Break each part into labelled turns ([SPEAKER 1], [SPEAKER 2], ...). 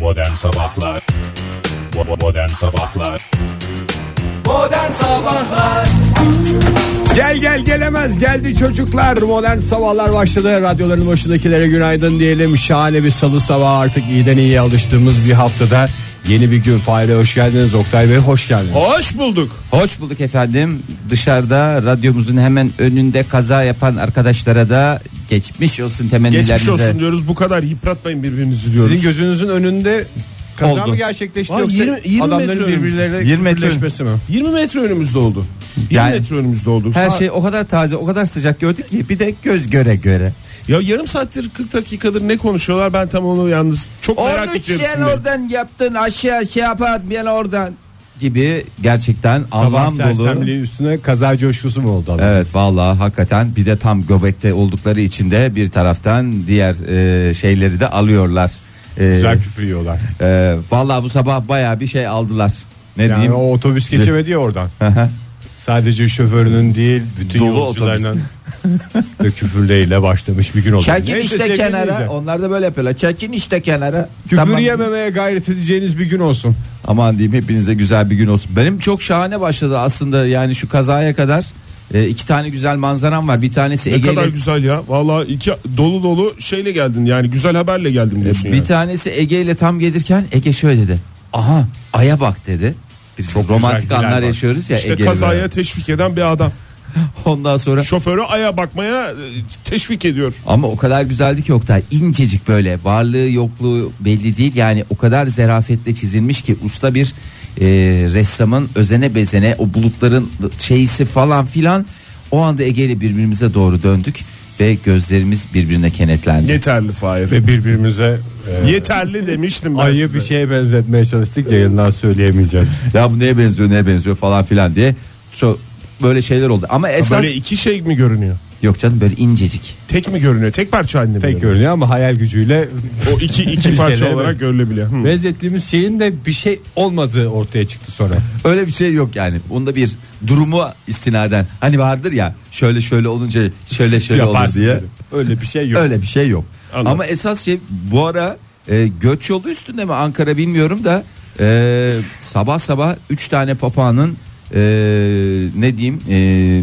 [SPEAKER 1] Modern Sabahlar Bo- Modern Sabahlar
[SPEAKER 2] Modern Sabahlar
[SPEAKER 3] Gel gel gelemez geldi çocuklar modern sabahlar başladı radyoların başındakilere günaydın diyelim şahane bir salı sabahı artık iyiden iyiye alıştığımız bir haftada yeni bir gün Fahir'e hoş geldiniz Oktay Bey hoş geldiniz
[SPEAKER 4] Hoş bulduk.
[SPEAKER 2] Hoş bulduk efendim. Dışarıda radyomuzun hemen önünde kaza yapan arkadaşlara da geçmiş olsun temennilerimize.
[SPEAKER 4] Geçmiş olsun diyoruz. Bu kadar yıpratmayın birbirinizi diyoruz.
[SPEAKER 3] sizin gözünüzün önünde kaza
[SPEAKER 2] Oldu.
[SPEAKER 3] mı gerçekleşti
[SPEAKER 4] Vay,
[SPEAKER 3] yoksa
[SPEAKER 4] 20 20
[SPEAKER 3] adamların
[SPEAKER 4] metre önümüz.
[SPEAKER 3] birbirlerine
[SPEAKER 2] 20 metre
[SPEAKER 3] küfürleşmesi mi?
[SPEAKER 4] 20 metre önümüzde oldu. 20
[SPEAKER 2] Yani-
[SPEAKER 4] metre önümüzde oldu.
[SPEAKER 2] Her
[SPEAKER 4] Saat-
[SPEAKER 2] şey o kadar taze, o kadar sıcak gördük ki bir de göz göre göre.
[SPEAKER 4] Ya yarım saattir 40 dakikadır ne konuşuyorlar ben tam onu yalnız çok merak
[SPEAKER 2] sen
[SPEAKER 4] ediyorum.
[SPEAKER 2] şey oradan yaptın aşağı şey yapatmayan oradan gibi gerçekten anlam
[SPEAKER 3] Sabah
[SPEAKER 2] dolu.
[SPEAKER 3] sersemliği üstüne kaza coşkusu mu oldu adam?
[SPEAKER 2] Evet vallahi hakikaten bir de tam göbekte oldukları için de bir taraftan diğer e, şeyleri de alıyorlar. E,
[SPEAKER 3] Güzel küfür yiyorlar
[SPEAKER 2] e, vallahi bu sabah baya bir şey aldılar. Ne
[SPEAKER 3] yani
[SPEAKER 2] diyeyim?
[SPEAKER 3] E, o otobüs geçemedi ya oradan sadece şoförünün değil bütün
[SPEAKER 2] Dolu
[SPEAKER 3] yolcularının da küfürleriyle başlamış bir gün oldu
[SPEAKER 2] Çekin
[SPEAKER 3] Neyse,
[SPEAKER 2] işte
[SPEAKER 3] sevgili
[SPEAKER 2] kenara.
[SPEAKER 3] dinleyiciler.
[SPEAKER 2] Onlar da böyle yapıyorlar. Çekin işte kenara.
[SPEAKER 3] Küfür
[SPEAKER 2] Tamam.
[SPEAKER 3] yememeye gayret edeceğiniz bir gün olsun.
[SPEAKER 2] Aman diyeyim hepinize güzel bir gün olsun. Benim çok şahane başladı aslında yani şu kazaya kadar. E, iki tane güzel manzaram var. Bir tanesi
[SPEAKER 4] Ne
[SPEAKER 2] Ege ile
[SPEAKER 4] kadar güzel ya. Vallahi iki dolu dolu şeyle geldin yani güzel haberle geldim diyorsun
[SPEAKER 2] E, bir
[SPEAKER 4] yani.
[SPEAKER 2] tanesi Ege ile tam gelirken Ege şöyle dedi. Aha aya bak dedi. Biz romantik
[SPEAKER 3] güzel,
[SPEAKER 2] anlar
[SPEAKER 3] hilal bak.
[SPEAKER 2] yaşıyoruz ya
[SPEAKER 4] İşte
[SPEAKER 2] Ege'yle
[SPEAKER 4] kazaya
[SPEAKER 2] beraber.
[SPEAKER 4] teşvik eden bir adam.
[SPEAKER 2] Ondan sonra
[SPEAKER 4] Şoförü aya bakmaya e, teşvik ediyor.
[SPEAKER 2] Ama o kadar güzeldi ki Oktay incecik böyle varlığı yokluğu belli değil yani o kadar zerafetle çizilmiş ki usta bir e, ressamın özene bezene o bulutların şeysi falan filan o anda Ege'yle birbirimize doğru döndük ve gözlerimiz birbirine kenetlendi.
[SPEAKER 4] Yeterli Fahir.
[SPEAKER 3] Ve birbirimize e,
[SPEAKER 4] Yeterli demiştim ben
[SPEAKER 3] ayı
[SPEAKER 4] size.
[SPEAKER 3] bir şey- şeye benzetmeye çalıştık yayından söyleyemeyeceğim.
[SPEAKER 2] Ya bu neye benziyor neye benziyor falan filan diye çok böyle şeyler oldu ama esas
[SPEAKER 4] Böyle iki şey mi görünüyor?
[SPEAKER 2] yok canım böyle incecik.
[SPEAKER 4] Tek mi görünüyor? Tek parça halinde mi
[SPEAKER 3] Pek
[SPEAKER 4] görünüyor?
[SPEAKER 3] görünüyor ama hayal gücüyle
[SPEAKER 4] O iki iki parça
[SPEAKER 3] Şeyler E-
[SPEAKER 4] olarak
[SPEAKER 3] böyle.
[SPEAKER 4] görülebiliyor. Hı.
[SPEAKER 3] benzettiğimiz şeyin de bir şey olmadığı ortaya çıktı sonra.
[SPEAKER 2] Öyle bir şey yok yani. Bunda bir durumu istinaden. Hani vardır ya şöyle şöyle olunca şöyle şöyle olur
[SPEAKER 3] Yaparsın
[SPEAKER 2] diye.
[SPEAKER 3] dedim. Öyle bir şey yok.
[SPEAKER 2] Öyle bir şey yok.
[SPEAKER 4] Anladım.
[SPEAKER 2] Ama esas şey bu ara e, göç yolu üstünde mi Ankara bilmiyorum da e, sabah sabah 3 tane papağanın e, ne diyeyim e,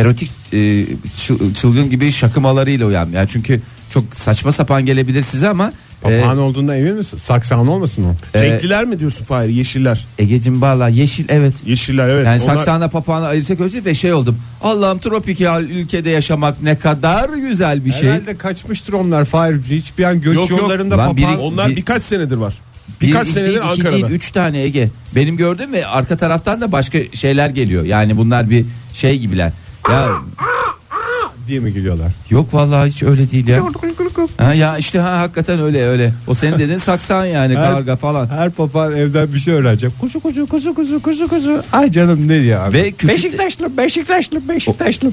[SPEAKER 2] erotik e, çıl- çılgın gibi şakımalarıyla uyan. Yani çünkü çok saçma sapan gelebilir size ama
[SPEAKER 3] Papağan olduğunda emin misin? Saksan olmasın o.
[SPEAKER 2] e, e,
[SPEAKER 4] Renkliler mi diyorsun Fahir? Yeşiller.
[SPEAKER 2] Egecim valla yeşil evet.
[SPEAKER 4] Yeşiller evet.
[SPEAKER 2] Yani
[SPEAKER 4] Onlar-
[SPEAKER 2] saksanla papağanı ayırsak önce ve şey oldum. Allah'ım tropikal ülkede yaşamak ne kadar güzel bir şey.
[SPEAKER 3] Herhalde kaçmıştır onlar. Fahir hiçbir an göç
[SPEAKER 4] Yok, yok.
[SPEAKER 3] yollarında
[SPEAKER 2] Lan biri-
[SPEAKER 3] papağan...
[SPEAKER 4] Onlar
[SPEAKER 2] Bir-
[SPEAKER 4] birkaç senedir var.
[SPEAKER 2] Bir,
[SPEAKER 4] Birkaç
[SPEAKER 2] iki
[SPEAKER 4] senedir
[SPEAKER 2] değil, iki
[SPEAKER 4] Ankara'da.
[SPEAKER 2] değil, üç tane Ege. Benim gördüğüm ve arka taraftan da başka şeyler geliyor. Yani bunlar bir şey gibiler. Ya
[SPEAKER 3] diye mi geliyorlar?
[SPEAKER 2] yok vallahi hiç öyle değil ya. Ha, ya işte ha hakikaten öyle öyle. O senin dediğin saksan yani
[SPEAKER 3] Her-
[SPEAKER 2] karga falan.
[SPEAKER 3] Her papağan evden bir şey öğrenecek. Kuzu kuzu kuzu kuzu kuzu kuzu. Ay canım ne diyor abi.
[SPEAKER 2] Ve küçük-
[SPEAKER 3] Beşiktaşlı Beşiktaşlı Beşiktaşlı.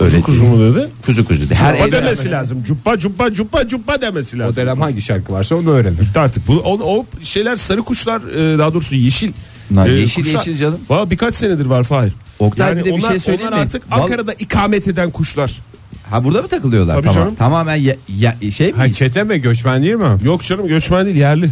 [SPEAKER 2] Öyle
[SPEAKER 4] Kuzu
[SPEAKER 2] değil.
[SPEAKER 4] mu dedi?
[SPEAKER 2] Kuzu kuzu. de. Her
[SPEAKER 4] Her
[SPEAKER 2] evde-
[SPEAKER 4] demesi lazım. Cuppa cuppa cuppa cuppa demesi
[SPEAKER 3] O
[SPEAKER 4] lazım.
[SPEAKER 3] dönem hangi şarkı varsa onu öğrenir.
[SPEAKER 4] Artık bu o, o şeyler sarı kuşlar e, daha doğrusu yeşil.
[SPEAKER 2] Lan yeşil, yeşil canım.
[SPEAKER 4] Valla birkaç senedir var Fahir.
[SPEAKER 2] Oktay bir de bir
[SPEAKER 4] onlar,
[SPEAKER 2] şey söyleyeyim
[SPEAKER 4] onlar
[SPEAKER 2] mi?
[SPEAKER 4] artık
[SPEAKER 2] Val-
[SPEAKER 4] Ankara'da ikamet eden kuşlar.
[SPEAKER 2] Ha burada mı takılıyorlar?
[SPEAKER 4] Tabii
[SPEAKER 2] tamam.
[SPEAKER 4] canım.
[SPEAKER 2] Tamamen ya, ya- şey mi?
[SPEAKER 3] Ha çete mi göçmen değil mi?
[SPEAKER 4] Yok canım göçmen değil yerli.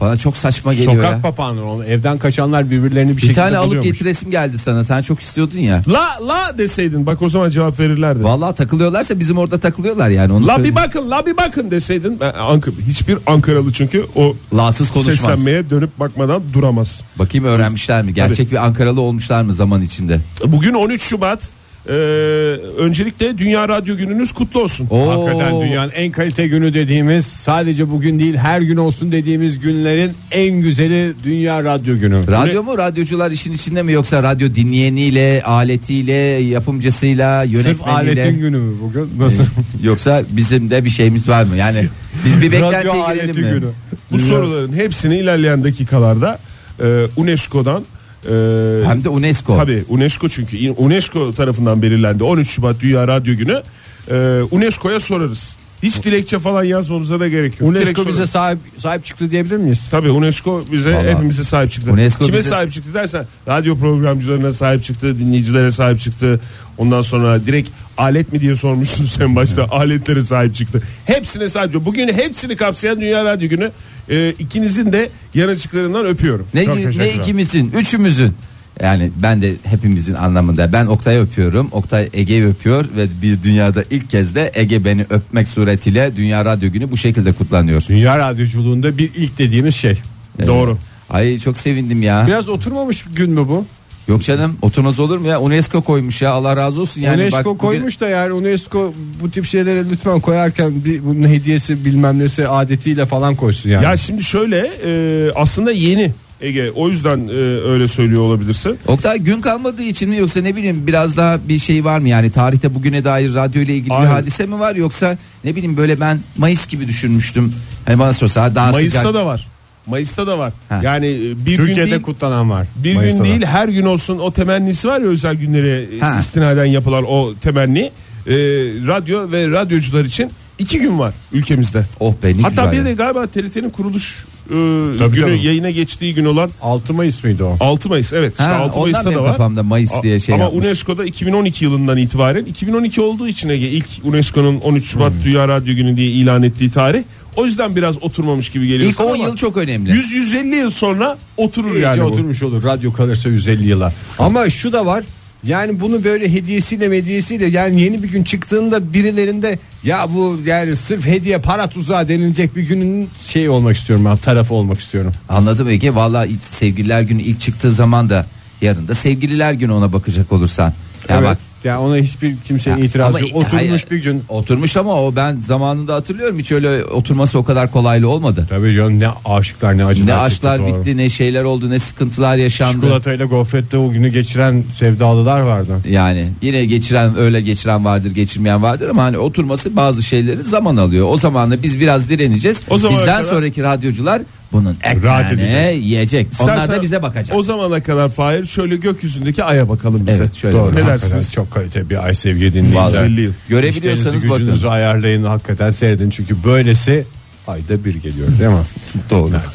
[SPEAKER 2] Bana çok saçma geliyor
[SPEAKER 3] Sokak
[SPEAKER 2] ya.
[SPEAKER 3] papağanı onu evden kaçanlar birbirlerini bir,
[SPEAKER 2] Bir
[SPEAKER 3] şekilde
[SPEAKER 2] tane alıp
[SPEAKER 3] buluyormuş.
[SPEAKER 2] getiresim geldi sana. Sen çok istiyordun ya.
[SPEAKER 4] La la deseydin bak o zaman cevap verirlerdi.
[SPEAKER 2] Vallahi takılıyorlarsa bizim orada takılıyorlar yani. Onu
[SPEAKER 4] la bir
[SPEAKER 2] söyleyeyim.
[SPEAKER 4] bakın la bir bakın deseydin. Ben, Ankara, hiçbir Ankaralı çünkü o
[SPEAKER 2] La'sız konuşmaz.
[SPEAKER 4] seslenmeye dönüp bakmadan duramaz.
[SPEAKER 2] Bakayım öğrenmişler mi? Gerçek bir Ankaralı olmuşlar mı zaman içinde?
[SPEAKER 4] Bugün 13 Şubat. Ee, öncelikle Dünya Radyo Gününüz kutlu olsun.
[SPEAKER 2] Oo.
[SPEAKER 3] Hakikaten dünyanın en kalite günü dediğimiz sadece bugün değil her gün olsun dediğimiz günlerin en güzeli Dünya Radyo Günü.
[SPEAKER 2] Radyo mu? Radyocular işin içinde mi yoksa radyo dinleyeniyle, aletiyle, yapımcısıyla,
[SPEAKER 3] Sırf aletin
[SPEAKER 2] yönetmeniyle?
[SPEAKER 3] günü mü bugün? Nasıl?
[SPEAKER 2] Yoksa bizim de bir şeyimiz var mı? Yani biz bir
[SPEAKER 3] Radyo
[SPEAKER 2] beklentiye
[SPEAKER 3] aleti
[SPEAKER 2] girelim mi?
[SPEAKER 3] günü.
[SPEAKER 4] Bu soruların hepsini ilerleyen dakikalarda e, UNESCO'dan e,
[SPEAKER 2] Hem de UNESCO.
[SPEAKER 4] tabii UNESCO çünkü UNESCO tarafından belirlendi 13 Şubat Dünya Radyo Günü e, UNESCO'ya sorarız. Hiç dilekçe falan yazmamıza da gerek yok. Direkt
[SPEAKER 3] UNESCO
[SPEAKER 4] sorun.
[SPEAKER 3] bize sahip sahip çıktı diyebilir miyiz?
[SPEAKER 4] Tabii UNESCO bize
[SPEAKER 2] Vallahi.
[SPEAKER 4] hepimize sahip çıktı.
[SPEAKER 2] UNESCO
[SPEAKER 4] Kime
[SPEAKER 2] bize-
[SPEAKER 4] sahip çıktı dersen radyo programcılarına sahip çıktı, dinleyicilere sahip çıktı. Ondan sonra direkt alet mi diye sormuştun sen başta. Aletlere sahip çıktı. Hepsine sahip çıktı. Bugün hepsini kapsayan Dünya Radyo Günü. Ee, ikinizin de yaracıklarından öpüyorum.
[SPEAKER 2] Ne,
[SPEAKER 4] Çok
[SPEAKER 2] ne
[SPEAKER 4] teşekkürler.
[SPEAKER 2] ikimizin, üçümüzün. Yani ben de hepimizin anlamında. Ben Oktay'ı öpüyorum. Oktay Ege'yi öpüyor ve bir dünyada ilk kez de Ege beni öpmek suretiyle Dünya Radyo Günü bu şekilde kutlanıyor.
[SPEAKER 3] Dünya radyoculuğunda bir ilk dediğimiz şey.
[SPEAKER 4] Doğru.
[SPEAKER 2] Ay çok sevindim ya.
[SPEAKER 3] Biraz oturmamış gün mü bu?
[SPEAKER 2] Yok canım oturmaz olur mu ya? UNESCO koymuş ya. Allah razı olsun yani.
[SPEAKER 3] UNESCO
[SPEAKER 2] bugün-
[SPEAKER 3] koymuş da yani UNESCO bu tip şeylere lütfen koyarken bir bunun hediyesi bilmem nesi adetiyle falan koysun yani.
[SPEAKER 4] Ya şimdi şöyle e, aslında yeni Ege. O yüzden e, öyle söylüyor olabilirsin.
[SPEAKER 2] Oktay gün kalmadığı için mi yoksa ne bileyim biraz daha bir şey var mı yani tarihte bugüne dair radyo ile ilgili
[SPEAKER 4] Aynen.
[SPEAKER 2] bir hadise mi var yoksa ne bileyim böyle ben Mayıs gibi düşünmüştüm. Hani bana sorsa daha
[SPEAKER 4] Mayıs'ta
[SPEAKER 2] sıcak.
[SPEAKER 4] da var. Mayıs'ta da var.
[SPEAKER 2] Ha.
[SPEAKER 4] Yani e, bir gün
[SPEAKER 3] Türkiye'de
[SPEAKER 4] değil,
[SPEAKER 3] kutlanan var.
[SPEAKER 4] Bir
[SPEAKER 3] Mayıs'ta da.
[SPEAKER 4] gün değil her gün olsun o temennisi var ya özel günlere e,
[SPEAKER 2] Ha.
[SPEAKER 4] istinaden yapılan o temenni. Ee, radyo ve radyocular için iki gün var ülkemizde.
[SPEAKER 2] Oh be ne
[SPEAKER 4] Hatta
[SPEAKER 2] güzel.
[SPEAKER 4] bir
[SPEAKER 2] ya.
[SPEAKER 4] de galiba TRT'nin kuruluş e,
[SPEAKER 3] Tabii
[SPEAKER 4] günü
[SPEAKER 3] canım.
[SPEAKER 4] yayına geçtiği gün olan
[SPEAKER 3] 6 Mayıs mıydı o?
[SPEAKER 4] 6 Mayıs. Evet işte
[SPEAKER 2] Ha,
[SPEAKER 4] 6
[SPEAKER 2] ondan
[SPEAKER 4] Mayıs'ta
[SPEAKER 2] benim
[SPEAKER 4] da var.
[SPEAKER 2] kafamda Mayıs diye şey
[SPEAKER 4] Ama
[SPEAKER 2] yapmış.
[SPEAKER 4] UNESCO'da 2012 yılından itibaren 2012 olduğu için Ege ilk UNESCO'nun 13 Şubat
[SPEAKER 2] Hmm.
[SPEAKER 4] Dünya Radyo Günü diye ilan ettiği tarih. O yüzden biraz oturmamış gibi geliyor.
[SPEAKER 2] İlk 10 yıl çok önemli.
[SPEAKER 4] 100-150 yıl sonra oturur
[SPEAKER 3] İyice
[SPEAKER 4] yani bu.
[SPEAKER 3] oturmuş olur radyo kalırsa 150 yıla. Ama şu da var. Yani bunu böyle hediyesiyle medyesiyle yani yeni bir gün çıktığında birilerinde ya bu yani sırf hediye para tuzağı denilecek bir günün şey olmak istiyorum ben tarafı olmak istiyorum.
[SPEAKER 2] Anladım Ege valla ilk- sevgililer günü ilk çıktığı zaman da yarın da sevgililer günü ona bakacak olursan. Ya
[SPEAKER 3] evet.
[SPEAKER 2] bak
[SPEAKER 3] Ya ona hiçbir kimsenin
[SPEAKER 2] Ya
[SPEAKER 3] itirazı
[SPEAKER 2] ama-
[SPEAKER 3] yok. Oturmuş
[SPEAKER 2] hayır.
[SPEAKER 3] bir gün.
[SPEAKER 2] oturmuş ama o ben zamanında hatırlıyorum hiç öyle oturması o kadar kolaylı olmadı.
[SPEAKER 3] Tabii canım ne aşıklar ne acılar.
[SPEAKER 2] Ne
[SPEAKER 3] çekti,
[SPEAKER 2] aşklar
[SPEAKER 3] doğru.
[SPEAKER 2] bitti ne şeyler oldu ne sıkıntılar yaşandı.
[SPEAKER 3] Çikolatayla gofrette o günü geçiren sevdalılar vardı.
[SPEAKER 2] Yani yine geçiren öyle geçiren vardır geçirmeyen vardır ama hani oturması bazı şeyleri zaman alıyor. O zamanla biz biraz direneceğiz.
[SPEAKER 4] O zamana
[SPEAKER 2] Bizden
[SPEAKER 4] kadar-
[SPEAKER 2] sonraki radyocular bunun
[SPEAKER 3] Rahat
[SPEAKER 2] ekmeğini
[SPEAKER 3] edecek.
[SPEAKER 2] yiyecek. Onlar
[SPEAKER 4] İstersen
[SPEAKER 2] da bize bakacak.
[SPEAKER 4] O zamana kadar Fahir şöyle gökyüzündeki aya bakalım bize.
[SPEAKER 2] Evet, şöyle
[SPEAKER 4] Ne
[SPEAKER 2] bakalım.
[SPEAKER 4] dersiniz?
[SPEAKER 3] Çok kalite bir ay sevgi dinleyiciler.
[SPEAKER 4] Vallahi.
[SPEAKER 2] Görebiliyorsanız
[SPEAKER 3] İşlerinizi,
[SPEAKER 2] bakın.
[SPEAKER 3] gücünüzü ayarlayın hakikaten seyredin çünkü böylesi ayda bir geliyor değil mi?
[SPEAKER 2] Doğru.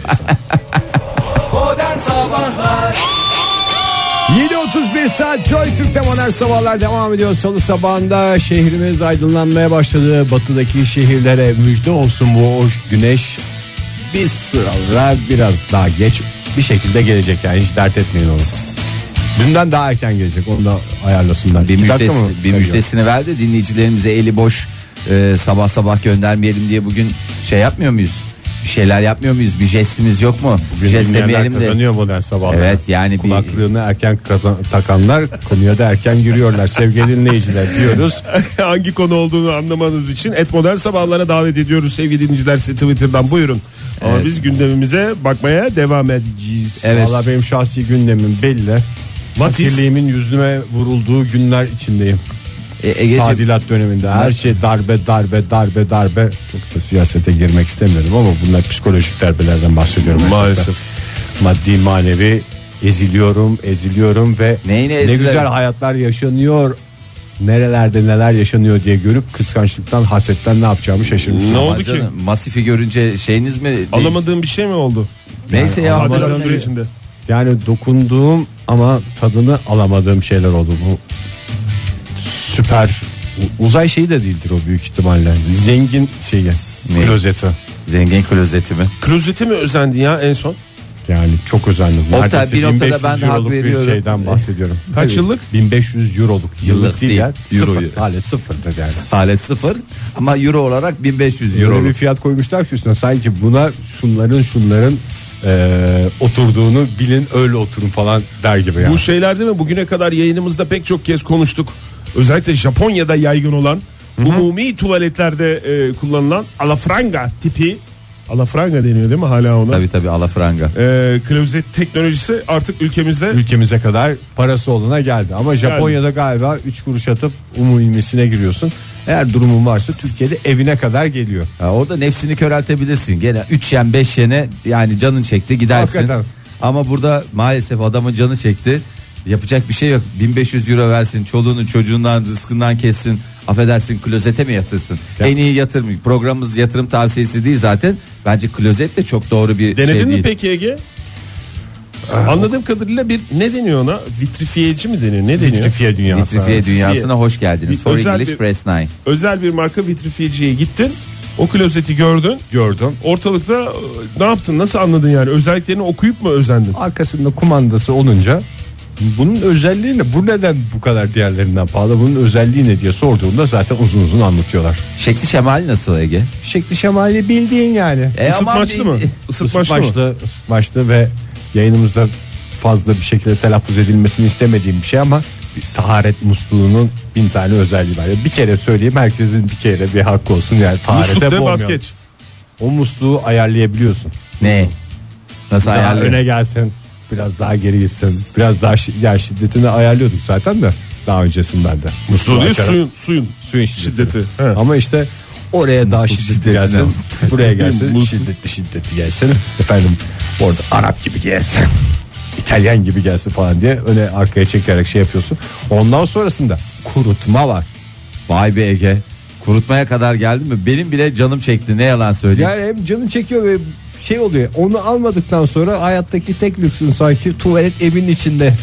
[SPEAKER 3] 7.31 saat Joy Türk'te modern sabahlar devam ediyor. Salı sabahında şehrimiz aydınlanmaya başladı. Batıdaki şehirlere müjde olsun bu hoş güneş. Bir sıralar biraz daha geç bir şekilde gelecek yani hiç dert etmeyin onu. Dünden daha erken gelecek onu da ayarlasınlar.
[SPEAKER 2] bir
[SPEAKER 3] İki dakika
[SPEAKER 2] müjdesi,
[SPEAKER 3] mı?
[SPEAKER 2] bir müjdesini ver de dinleyicilerimize eli boş e, sabah sabah göndermeyelim diye bugün şey yapmıyor muyuz? Bir şeyler yapmıyor muyuz? Bir jestimiz yok mu?
[SPEAKER 3] Bugün dinleyenler
[SPEAKER 2] Jestlemeyelim de.
[SPEAKER 3] kazanıyor modern sabahlar.
[SPEAKER 2] Evet, yani bir-
[SPEAKER 3] Kulaklığını erken kazan- takanlar konuya da erken giriyorlar sevgili dinleyiciler diyoruz.
[SPEAKER 4] Hangi konu olduğunu anlamanız için et modern sabahlara davet ediyoruz sevgili dinleyiciler sizi Twitter'dan buyurun. Ama biz gündemimize bakmaya devam edeceğiz.
[SPEAKER 2] Evet.
[SPEAKER 3] Valla benim şahsi gündemim belli.
[SPEAKER 4] What is-
[SPEAKER 3] Fakirliğimin yüzüme vurulduğu günler içindeyim.
[SPEAKER 2] E, Egeciğim,
[SPEAKER 3] Tadilat döneminde her şey darbe darbe darbe darbe. Çok da siyasete girmek istemiyorum ama bunlar psikolojik darbelerden bahsediyorum.
[SPEAKER 4] Maalesef.
[SPEAKER 3] Maddi manevi eziliyorum eziliyorum ve
[SPEAKER 2] Neyine
[SPEAKER 3] ne
[SPEAKER 2] ezilelim?
[SPEAKER 3] güzel hayatlar yaşanıyor. Nerelerde neler yaşanıyor diye görüp kıskançlıktan hasetten ne yapacağımı şaşırmışım.
[SPEAKER 4] Ne
[SPEAKER 2] aman
[SPEAKER 4] oldu ki?
[SPEAKER 2] canım, Masifi görünce şeyiniz mi? değiş-
[SPEAKER 4] Alamadığım bir şey mi oldu?
[SPEAKER 2] Neyse ya.
[SPEAKER 4] Tadilat
[SPEAKER 2] Allah'ın-
[SPEAKER 4] sürecinde.
[SPEAKER 3] Yani dokunduğum ama tadını alamadığım şeyler oldu bu. Süper u- uzay şeyi de değildir o büyük ihtimalle. Zengin şeyi,
[SPEAKER 2] Ne?
[SPEAKER 3] klozeti.
[SPEAKER 2] Zengin klozeti mi?
[SPEAKER 4] Klozete mi özendin ya en son?
[SPEAKER 3] Yani çok özendim.
[SPEAKER 2] Oktay,
[SPEAKER 3] Neredeyse
[SPEAKER 2] bir noktada
[SPEAKER 3] 1500
[SPEAKER 2] ben de hak
[SPEAKER 3] euroluk
[SPEAKER 2] veriyorum.
[SPEAKER 3] Bir şeyden bahsediyorum.
[SPEAKER 4] Kaç yıllık?
[SPEAKER 3] 1500 euroluk. Yıllık,
[SPEAKER 2] Yıllık
[SPEAKER 3] değil,
[SPEAKER 2] değil,
[SPEAKER 3] ya.
[SPEAKER 2] euro
[SPEAKER 3] Sıfır.
[SPEAKER 2] yani.
[SPEAKER 3] Alet sıfırdır yani.
[SPEAKER 2] Alet sıfır ama euro olarak 1500 euro.
[SPEAKER 3] Euro bir fiyat koymuşlar ki üstüne sanki buna şunların şunların eee, oturduğunu bilin öyle oturun falan der gibi yani.
[SPEAKER 4] Bu şeyler değil mi? Bugüne kadar yayınımızda pek çok kez konuştuk. Özellikle Japonya'da yaygın olan umumi tuvaletlerde e, kullanılan alafranga tipi. Alafranga deniyor değil mi hala ona?
[SPEAKER 2] Tabii tabii alafranga.
[SPEAKER 4] e, klozet teknolojisi artık ülkemizde
[SPEAKER 3] ülkemize kadar parası olana geldi. Ama Japonya'da galiba 3 kuruş atıp umumisine giriyorsun. Eğer durumun varsa Türkiye'de evine kadar geliyor.
[SPEAKER 2] Ya orada nefsini köreltebilirsin. Gene 3 yen 5 yene yani canın çekti gidersin.
[SPEAKER 3] Hakikaten.
[SPEAKER 2] Ama burada maalesef adamın canı çekti. Yapacak bir şey yok. 1500 euro versin, çoluğunun çocuğundan rızkından kessin. Affedersin klozete mi yatırsın? En iyi yatırım programımız yatırım tavsiyesi değil zaten. Bence klozet de çok doğru bir
[SPEAKER 4] Denedin
[SPEAKER 2] şey
[SPEAKER 4] mi
[SPEAKER 2] değil. Ah.
[SPEAKER 4] peki Ege? Anladığım kadarıyla bir ne deniyor ona? Vitrifiyeci mi deniyor? Ne deniyor?
[SPEAKER 3] Vitrifiye dünyası.
[SPEAKER 2] Vitrifiye dünyasına hoş geldiniz.
[SPEAKER 4] Bir
[SPEAKER 2] For
[SPEAKER 4] özel
[SPEAKER 2] English
[SPEAKER 4] bir-
[SPEAKER 2] Press 9.
[SPEAKER 4] Özel bir marka vitrifiyeciye gittin. O klozeti gördün.
[SPEAKER 3] Gördüm.
[SPEAKER 4] Ortalıkta e, ne yaptın? Nasıl anladın yani? Özelliklerini okuyup mu özendin?
[SPEAKER 3] Arkasında kumandası olunca bunun özelliği ne? Bu neden bu kadar diğerlerinden pahalı? Bunun özelliği ne diye sorduğumda zaten uzun uzun anlatıyorlar.
[SPEAKER 2] Şekli şemali nasıl Ege?
[SPEAKER 3] Şekli şemali bildiğin yani.
[SPEAKER 2] E, aman
[SPEAKER 4] Isıtmaçlı mı?
[SPEAKER 2] bir-
[SPEAKER 4] Isıtmaçlı mı?
[SPEAKER 3] Isıtmaçlı, ısıtmaçlı ve yayınımızda fazla bir şekilde telaffuz edilmesini istemediğim bir şey ama bir taharet musluğunun bin tane özelliği var. Ya Bir kere söyleyeyim herkesin bir kere bir hakkı olsun yani taharete
[SPEAKER 4] Muslukta
[SPEAKER 3] boğmayalım.
[SPEAKER 4] baskeç.
[SPEAKER 3] O musluğu ayarlayabiliyorsun.
[SPEAKER 2] Ne? Nasıl
[SPEAKER 3] Daha
[SPEAKER 2] ayarlıyor?
[SPEAKER 3] öne gelsin biraz daha geri gitsin biraz daha şi- yani şiddetini ayarlıyorduk zaten de daha öncesinden de.
[SPEAKER 4] Musluğu değil,
[SPEAKER 3] açarak-
[SPEAKER 4] suyun, suyun.
[SPEAKER 3] suyun şiddeti.
[SPEAKER 4] şiddeti. He.
[SPEAKER 3] Ama işte oraya daha şiddetli
[SPEAKER 2] şiddetine.
[SPEAKER 3] gelsin buraya gelsin
[SPEAKER 4] Musluk.
[SPEAKER 3] şiddetli şiddetli gelsin efendim orada Arap gibi gelsin İtalyan gibi gelsin falan diye öne arkaya çekerek şey yapıyorsun. Ondan sonrasında kurutma var.
[SPEAKER 2] Vay be Ege. Kurutmaya kadar geldi mi? Benim bile canım çekti. Ne yalan söyleyeyim.
[SPEAKER 3] Yani hem canın çekiyor ve şey oluyor onu almadıktan sonra hayattaki tek lüksün sanki tuvalet evin içinde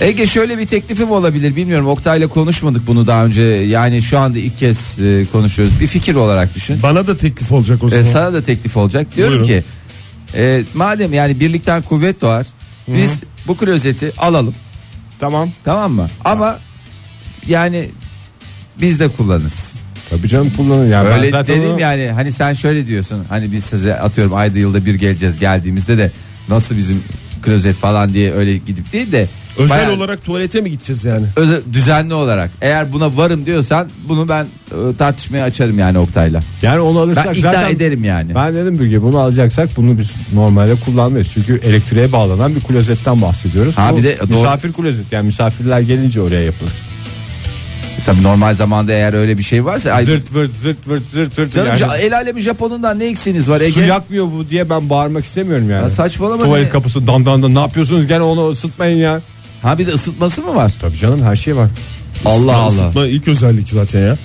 [SPEAKER 2] Ege şöyle bir teklifim olabilir. Bilmiyorum Oktay'la konuşmadık bunu daha önce. Yani şu anda ilk kez e, konuşuyoruz. Bir fikir olarak düşün.
[SPEAKER 4] Bana da teklif olacak o
[SPEAKER 2] E,
[SPEAKER 4] zaman.
[SPEAKER 2] sana da teklif olacak. Diyorum
[SPEAKER 4] Buyurun.
[SPEAKER 2] ki e, madem yani birlikten kuvvet doğar. Biz bu klozeti alalım.
[SPEAKER 3] Tamam.
[SPEAKER 2] Tamam mı? Ama yani biz de kullanırız.
[SPEAKER 3] Tabii canım kullanın. Yani ben
[SPEAKER 2] Öyle
[SPEAKER 3] zaten
[SPEAKER 2] dedim
[SPEAKER 3] onu-
[SPEAKER 2] yani hani sen şöyle diyorsun hani biz size atıyorum ayda yılda bir geleceğiz geldiğimizde de nasıl bizim klozet falan diye öyle gidip değil de
[SPEAKER 4] Özel
[SPEAKER 2] bayağı
[SPEAKER 4] olarak tuvalete mi gideceğiz yani?
[SPEAKER 2] özel- düzenli olarak eğer buna varım diyorsan bunu ben e, tartışmaya açarım yani Oktay'la.
[SPEAKER 3] Yani onu
[SPEAKER 2] Ben
[SPEAKER 3] alırsak
[SPEAKER 2] ikna
[SPEAKER 3] zaten
[SPEAKER 2] ederim yani.
[SPEAKER 3] Ben dedim Bilge bunu alacaksak bunu biz normalde kullanmayız. Çünkü elektriğe bağlanan bir klozetten bahsediyoruz.
[SPEAKER 2] Ha,
[SPEAKER 3] Bu
[SPEAKER 2] bir de doğru.
[SPEAKER 3] misafir klozet yani misafirler gelince oraya yapılır.
[SPEAKER 2] Tabii normal zamanda eğer öyle bir şey varsa ay
[SPEAKER 3] Zırt vırt zırt vırt zırt vırt.
[SPEAKER 2] canım e,
[SPEAKER 3] yani
[SPEAKER 2] ca- el alemi Japon'undan ne eksiğiniz var
[SPEAKER 3] su
[SPEAKER 2] Ege?
[SPEAKER 3] yakmıyor bu diye ben bağırmak istemiyorum yani.
[SPEAKER 2] Ya saçmalama
[SPEAKER 3] Tuvalet
[SPEAKER 2] ne?
[SPEAKER 3] kapısı dan dan dan ne yapıyorsunuz gene onu ısıtmayın ya.
[SPEAKER 2] Ha bir de ısıtması mı var?
[SPEAKER 3] Tabii canım her şey var.
[SPEAKER 2] Allah Allah.
[SPEAKER 4] Isıtma ilk özellik zaten ya.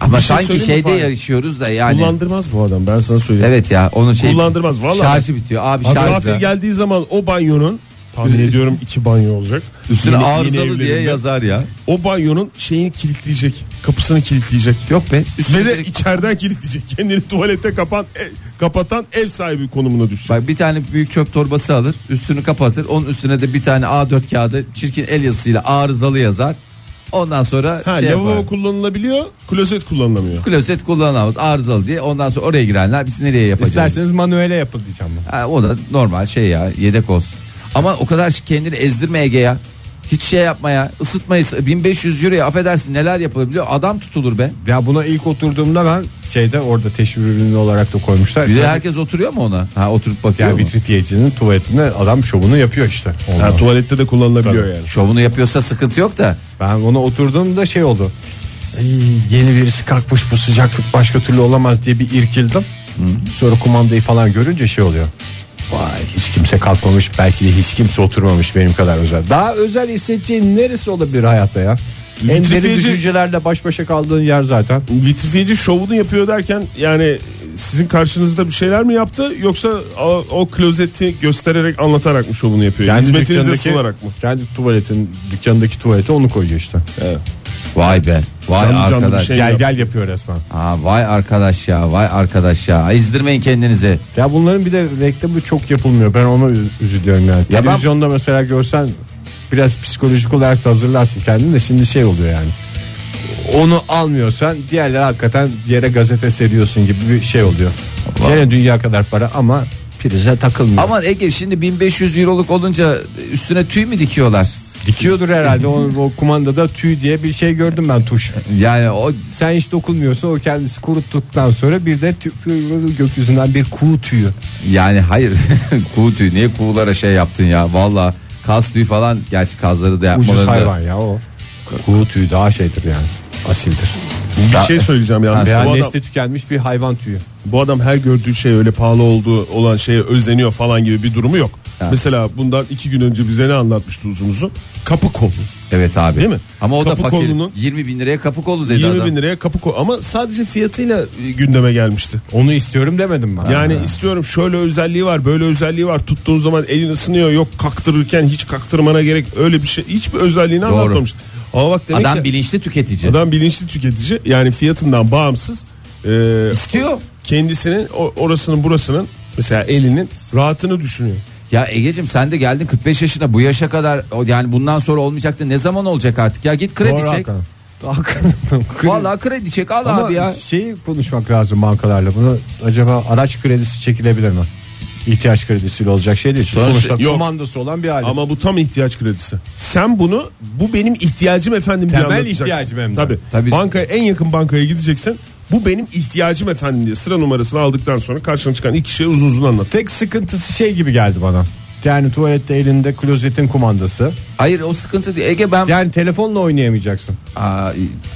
[SPEAKER 2] Ama
[SPEAKER 4] Bir şey
[SPEAKER 2] sanki
[SPEAKER 4] söyleyeyim mi
[SPEAKER 2] şeyde
[SPEAKER 4] Fahir?
[SPEAKER 2] yarışıyoruz da yani.
[SPEAKER 4] Kullandırmaz bu adam ben sana söyleyeyim.
[SPEAKER 2] Evet ya onun şey
[SPEAKER 4] Kullandırmaz, vallahi.
[SPEAKER 2] Şarjı bitiyor abi
[SPEAKER 4] Misafir
[SPEAKER 2] şarjı.
[SPEAKER 4] geldiği zaman o banyonun tahmin ediyorum iki banyo olacak.
[SPEAKER 2] Üstüne
[SPEAKER 4] Yeni- yeni
[SPEAKER 2] arızalı diye
[SPEAKER 4] evlerinde.
[SPEAKER 2] yazar ya.
[SPEAKER 4] O banyonun şeyini kilitleyecek. Kapısını kilitleyecek.
[SPEAKER 2] Yok be.
[SPEAKER 4] Ve de
[SPEAKER 2] direkt-
[SPEAKER 4] içeriden kilitleyecek. Kendini tuvalete kapan, e, kapatan ev sahibi konumuna düşecek.
[SPEAKER 2] Bak bir tane büyük çöp torbası alır, üstünü kapatır. Onun üstüne de bir tane A4 kağıdı çirkin el yazısıyla arızalı yazar. Ondan sonra
[SPEAKER 4] Ha,
[SPEAKER 2] şey
[SPEAKER 4] lavabo
[SPEAKER 2] yapar.
[SPEAKER 4] kullanılabiliyor, klozet kullanılamıyor.
[SPEAKER 2] Klozet kullanamaz arızalı diye. Ondan sonra oraya girenler biz nereye yapacağız?
[SPEAKER 3] İsterseniz manuele yapın diyeceğim ben.
[SPEAKER 2] Ha, o da normal şey ya yedek olsun. Ama o kadar kendini ezdirme Ege ya. Hiç şey yapma ya. Isıtmayız. 1500 euroya affedersin neler yapılabiliyor. Adam tutulur be.
[SPEAKER 3] Ya buna ilk oturduğumda ben şeyde orada teşhir ürünü olarak da koymuşlar.
[SPEAKER 2] Bir de
[SPEAKER 3] Tabii
[SPEAKER 2] herkes oturuyor mu ona? Ha oturup bakıyor
[SPEAKER 3] Yani
[SPEAKER 2] mu?
[SPEAKER 3] vitrifiyecinin tuvaletinde adam şovunu yapıyor işte. Ondan.
[SPEAKER 4] Ha, tuvalette de kullanılabiliyor yani.
[SPEAKER 2] Şovunu yapıyorsa sıkıntı yok da.
[SPEAKER 3] ben ona oturduğumda şey oldu. "Ay, yeni birisi kalkmış bu sıcaklık başka türlü olamaz diye bir irkildim. Sonra kumandayı falan görünce şey oluyor. Vay hiç kimse kalkmamış belki de hiç kimse oturmamış benim kadar özel. Daha özel hissedeceğin neresi olabilir hayatta ya? En derin
[SPEAKER 4] Vitrifiyeci-
[SPEAKER 3] düşüncelerle baş başa kaldığın yer zaten.
[SPEAKER 4] Vitrifiyeci şovunu yapıyor derken yani sizin karşınızda bir şeyler mi yaptı yoksa o, o klozeti göstererek anlatarak mı şovunu yapıyor?
[SPEAKER 3] Kendi
[SPEAKER 4] Hizmetinize
[SPEAKER 3] dükkandaki-
[SPEAKER 4] sunarak mı?
[SPEAKER 3] Kendi tuvaletin dükkandaki tuvalete onu koyuyor işte.
[SPEAKER 2] Vay be. Vay
[SPEAKER 4] Canlı canlı bir
[SPEAKER 2] arkadaş.
[SPEAKER 4] şey.
[SPEAKER 3] Gel
[SPEAKER 4] yap-
[SPEAKER 3] gel yapıyor resmen.
[SPEAKER 2] Aa, vay arkadaş ya vay arkadaş ya ezdirmeyin kendinizi.
[SPEAKER 3] Ya bunların bir de reklamı çok yapılmıyor. Ben ona ü- üzülüyorum yani.
[SPEAKER 2] Ya ben-
[SPEAKER 3] Televizyonda mesela görsen biraz psikolojik olarak da hazırlarsın kendini de şimdi şey oluyor yani. Onu almıyorsan diğerleri hakikaten yere gazete seriyorsun gibi bir şey oluyor. Gene dünya kadar para ama prize takılmıyor.
[SPEAKER 2] Aman Ege şimdi 1500 euroluk olunca üstüne tüy mü dikiyorlar?
[SPEAKER 3] dikiyordur herhalde o, o kumandada tüy diye bir şey gördüm ben tuş.
[SPEAKER 2] Yani o
[SPEAKER 3] Sen hiç dokunmuyorsun o kendisi kuruttuktan sonra bir de tü- gökyüzünden bir kuğu tüyü.
[SPEAKER 2] yani hayır kuğu tüyü niye kuğulara şey yaptın ya valla kas tüyü falan gerçi kazları da yapmaları
[SPEAKER 3] Ucuz
[SPEAKER 2] da-
[SPEAKER 3] hayvan ya o. Kuğu tüyü daha şeydir yani asildir.
[SPEAKER 4] Bir şey söyleyeceğim yani.
[SPEAKER 3] Veya
[SPEAKER 4] Bu adam,
[SPEAKER 3] nesli tükenmiş bir hayvan tüyü.
[SPEAKER 4] bu adam her gördüğü şey öyle pahalı olduğu olan şeye özeniyor falan gibi bir durumu yok. Mesela bundan iki gün önce bize ne anlatmıştı uzun uzun? Kapı kolu.
[SPEAKER 2] Evet abi.
[SPEAKER 4] Değil mi?
[SPEAKER 2] Ama o
[SPEAKER 4] Kapı
[SPEAKER 2] da fakir.
[SPEAKER 4] kolunun-
[SPEAKER 2] 20 bin liraya kapı kolu dedi
[SPEAKER 4] 20
[SPEAKER 2] adam.
[SPEAKER 4] bin liraya kapı kolu. Ama sadece fiyatıyla e, gündeme gelmişti.
[SPEAKER 3] Onu istiyorum demedim mi?
[SPEAKER 4] Yani istiyorum şöyle özelliği var böyle özelliği var tuttuğun zaman elin ısınıyor yok kaktırırken hiç kaktırmana gerek öyle bir şey hiçbir özelliğini anlatmamış. Ama bak demek
[SPEAKER 2] Adam
[SPEAKER 4] ki-
[SPEAKER 2] bilinçli tüketici.
[SPEAKER 4] adam bilinçli tüketici yani fiyatından bağımsız e,
[SPEAKER 2] istiyor.
[SPEAKER 4] kendisinin o- orasının burasının mesela elinin rahatını düşünüyor.
[SPEAKER 2] Ya Ege'cim sen de geldin 45 yaşına bu yaşa kadar o- yani bundan sonra olmayacaktı. Ne zaman olacak artık? Ya git kredi
[SPEAKER 3] Doğru
[SPEAKER 2] çek.
[SPEAKER 3] hakikaten.
[SPEAKER 2] Vallahi kredi çek al
[SPEAKER 3] Ama
[SPEAKER 2] abi ya.
[SPEAKER 3] şeyi konuşmak lazım bankalarla. Bunu acaba araç kredisi çekilebilir mi? İhtiyaç kredisiyle olacak şey değil.
[SPEAKER 4] Sonuçta
[SPEAKER 3] Sonuçta
[SPEAKER 4] yok.
[SPEAKER 3] komandası olan bir alet.
[SPEAKER 4] Ama bu tam ihtiyaç kredisi. Sen bunu bu benim ihtiyacım efendim diye
[SPEAKER 3] Temel
[SPEAKER 4] anlatacaksın.
[SPEAKER 3] ihtiyacım hem de.
[SPEAKER 4] Tabii.
[SPEAKER 2] Tabii.
[SPEAKER 4] Bankaya en yakın bankaya gideceksin. Bu benim ihtiyacım efendim diye sıra numarasını aldıktan sonra karşına çıkan iki kişiye uzun uzun anlat.
[SPEAKER 3] Tek sıkıntısı şey gibi geldi bana. Yani tuvalette elinde klozetin kumandası.
[SPEAKER 2] Hayır o sıkıntı değil. Ege ben
[SPEAKER 3] Yani telefonla oynayamayacaksın.
[SPEAKER 2] Aa,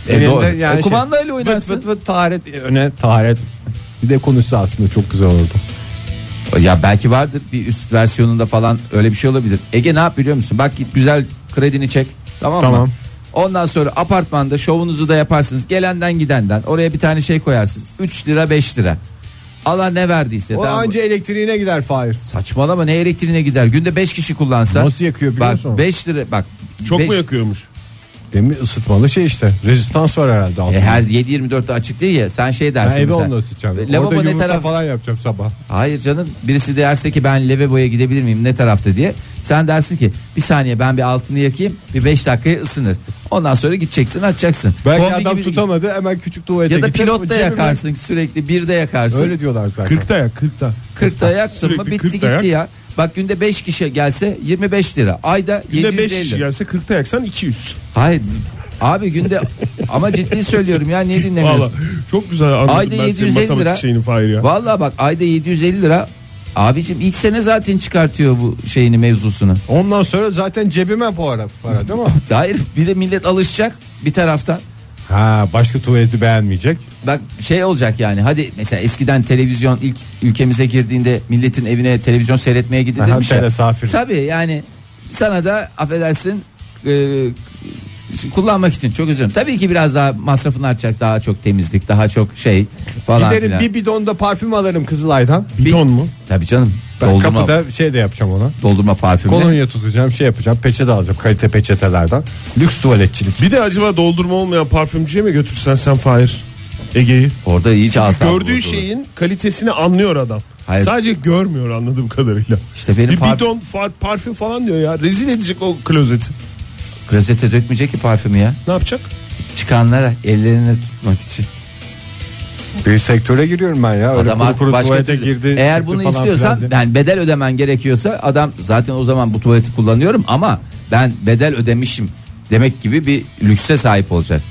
[SPEAKER 2] e,
[SPEAKER 3] Elinde
[SPEAKER 2] doğru.
[SPEAKER 3] yani
[SPEAKER 2] E,
[SPEAKER 3] şey-
[SPEAKER 2] kumandayla oynarsın.
[SPEAKER 3] Vıt vıt vıt taharet e, öne taharet. Bir de konuşsa aslında çok güzel olurdu.
[SPEAKER 2] Ya belki vardır bir üst versiyonunda falan öyle bir şey olabilir. Ege ne yap biliyor musun? Bak git güzel kredini çek. Tamam,
[SPEAKER 3] Tamam.
[SPEAKER 2] mı? Ondan sonra apartmanda şovunuzu da yaparsınız. Gelenden gidenden. Oraya bir tane şey koyarsın. 3 lira 5 lira. Allah ne verdiyse.
[SPEAKER 3] O
[SPEAKER 2] E, tamam mı?
[SPEAKER 3] anca elektriğine gider Fahir.
[SPEAKER 2] Saçmalama ne elektriğine gider. Günde 5 kişi kullansa.
[SPEAKER 3] Nasıl yakıyor biliyor
[SPEAKER 2] Bak
[SPEAKER 3] musun?
[SPEAKER 2] 5 lira bak.
[SPEAKER 4] Çok
[SPEAKER 2] beş-
[SPEAKER 4] mu yakıyormuş?
[SPEAKER 3] Demir ısıtmalı şey işte. Rezistans var herhalde. altında.
[SPEAKER 2] E, her 7-24'te açık değil ya sen
[SPEAKER 3] ben
[SPEAKER 2] şey dersin.
[SPEAKER 3] evi
[SPEAKER 2] mesela,
[SPEAKER 3] onunla ısıtacağım.
[SPEAKER 2] Lavabo
[SPEAKER 3] Orada
[SPEAKER 2] ne
[SPEAKER 3] yumurta
[SPEAKER 2] taraf?
[SPEAKER 3] falan yapacağım sabah.
[SPEAKER 2] Hayır canım birisi derse ki ben lavaboya gidebilir miyim ne tarafta diye. Sen dersin ki bir saniye ben bir altını yakayım bir 5 dakikaya ısınır. Ondan sonra gideceksin açacaksın.
[SPEAKER 3] Belki
[SPEAKER 2] Kombi
[SPEAKER 3] adam
[SPEAKER 2] gibi-
[SPEAKER 3] tutamadı hemen küçük tuvalete
[SPEAKER 2] Ya da
[SPEAKER 3] gider,
[SPEAKER 2] pilot da
[SPEAKER 3] cebime-
[SPEAKER 2] yakarsın sürekli bir de yakarsın.
[SPEAKER 3] Öyle diyorlar zaten.
[SPEAKER 4] 40'ta ya 40'ta.
[SPEAKER 2] 40 da yaktın mı
[SPEAKER 4] Sürekli
[SPEAKER 2] bitti
[SPEAKER 4] 40
[SPEAKER 2] gitti
[SPEAKER 4] dayak.
[SPEAKER 2] ya. Bak günde 5 kişi gelse 25 lira. Ayda
[SPEAKER 4] Günde 5
[SPEAKER 2] 750.
[SPEAKER 4] kişi gelse 40'ta yaksan 200.
[SPEAKER 2] Hayır abi günde ama ciddi söylüyorum ya niye dinlemiyorsun?
[SPEAKER 4] Valla çok güzel anladım
[SPEAKER 2] Ayda
[SPEAKER 4] ben
[SPEAKER 2] 750
[SPEAKER 4] senin matematik
[SPEAKER 2] lira.
[SPEAKER 4] şeyini Fahir ya.
[SPEAKER 2] Vallahi bak ayda 750 lira. Abicim ilk sene zaten çıkartıyor bu şeyini mevzusunu.
[SPEAKER 3] Ondan sonra zaten cebime para, para değil mi?
[SPEAKER 2] Dair bir de millet alışacak bir taraftan.
[SPEAKER 3] ha başka tuvaleti beğenmeyecek.
[SPEAKER 2] Bak şey olacak yani hadi mesela eskiden televizyon ilk ülkemize girdiğinde milletin evine televizyon seyretmeye gidilirmiş.
[SPEAKER 3] Aha,
[SPEAKER 2] ya.
[SPEAKER 3] telesafir.
[SPEAKER 2] Tabii yani sana da affedersin e, kullanmak için çok üzülüyorum. Tabii ki biraz daha masrafın artacak daha çok temizlik daha çok şey falan
[SPEAKER 3] Giderim
[SPEAKER 2] filan.
[SPEAKER 3] bir bidon da parfüm alırım Kızılay'dan.
[SPEAKER 4] Biton mu?
[SPEAKER 2] Tabii canım
[SPEAKER 3] Ben
[SPEAKER 2] doldurma,
[SPEAKER 3] kapıda şey de yapacağım ona.
[SPEAKER 2] doldurma parfümle.
[SPEAKER 3] Kolonya tutacağım şey yapacağım peçete alacağım kalite peçetelerden. Lüks tuvaletçilik.
[SPEAKER 4] Bir de acaba doldurma olmayan parfümcüye mi götürsen sen Fahir? Ege'yi.
[SPEAKER 2] Orada iyice
[SPEAKER 3] şey
[SPEAKER 2] asabı
[SPEAKER 4] Gördüğü
[SPEAKER 2] bozulur.
[SPEAKER 4] şeyin kalitesini anlıyor adam.
[SPEAKER 2] Hayır.
[SPEAKER 4] Sadece görmüyor anladığım kadarıyla.
[SPEAKER 2] İşte benim
[SPEAKER 4] bir
[SPEAKER 2] parf-
[SPEAKER 4] bidon far- parfüm falan diyor ya. Rezil edecek o klozeti.
[SPEAKER 2] Klozete dökmeyecek ki parfümü ya.
[SPEAKER 4] Ne yapacak?
[SPEAKER 2] Çıkanlara ellerine tutmak için.
[SPEAKER 3] Bir sektöre giriyorum ben ya. Öyle
[SPEAKER 2] Adam
[SPEAKER 3] kuru
[SPEAKER 2] artık
[SPEAKER 3] kuru
[SPEAKER 2] başka
[SPEAKER 3] tuvalete
[SPEAKER 2] türlü-
[SPEAKER 3] girdi.
[SPEAKER 2] Eğer
[SPEAKER 3] çıktı
[SPEAKER 2] bunu
[SPEAKER 3] falan
[SPEAKER 2] istiyorsan
[SPEAKER 3] filan diye.
[SPEAKER 2] yani bedel ödemen gerekiyorsa adam zaten o zaman bu tuvaleti kullanıyorum ama ben bedel ödemişim demek gibi bir lükse sahip olacak.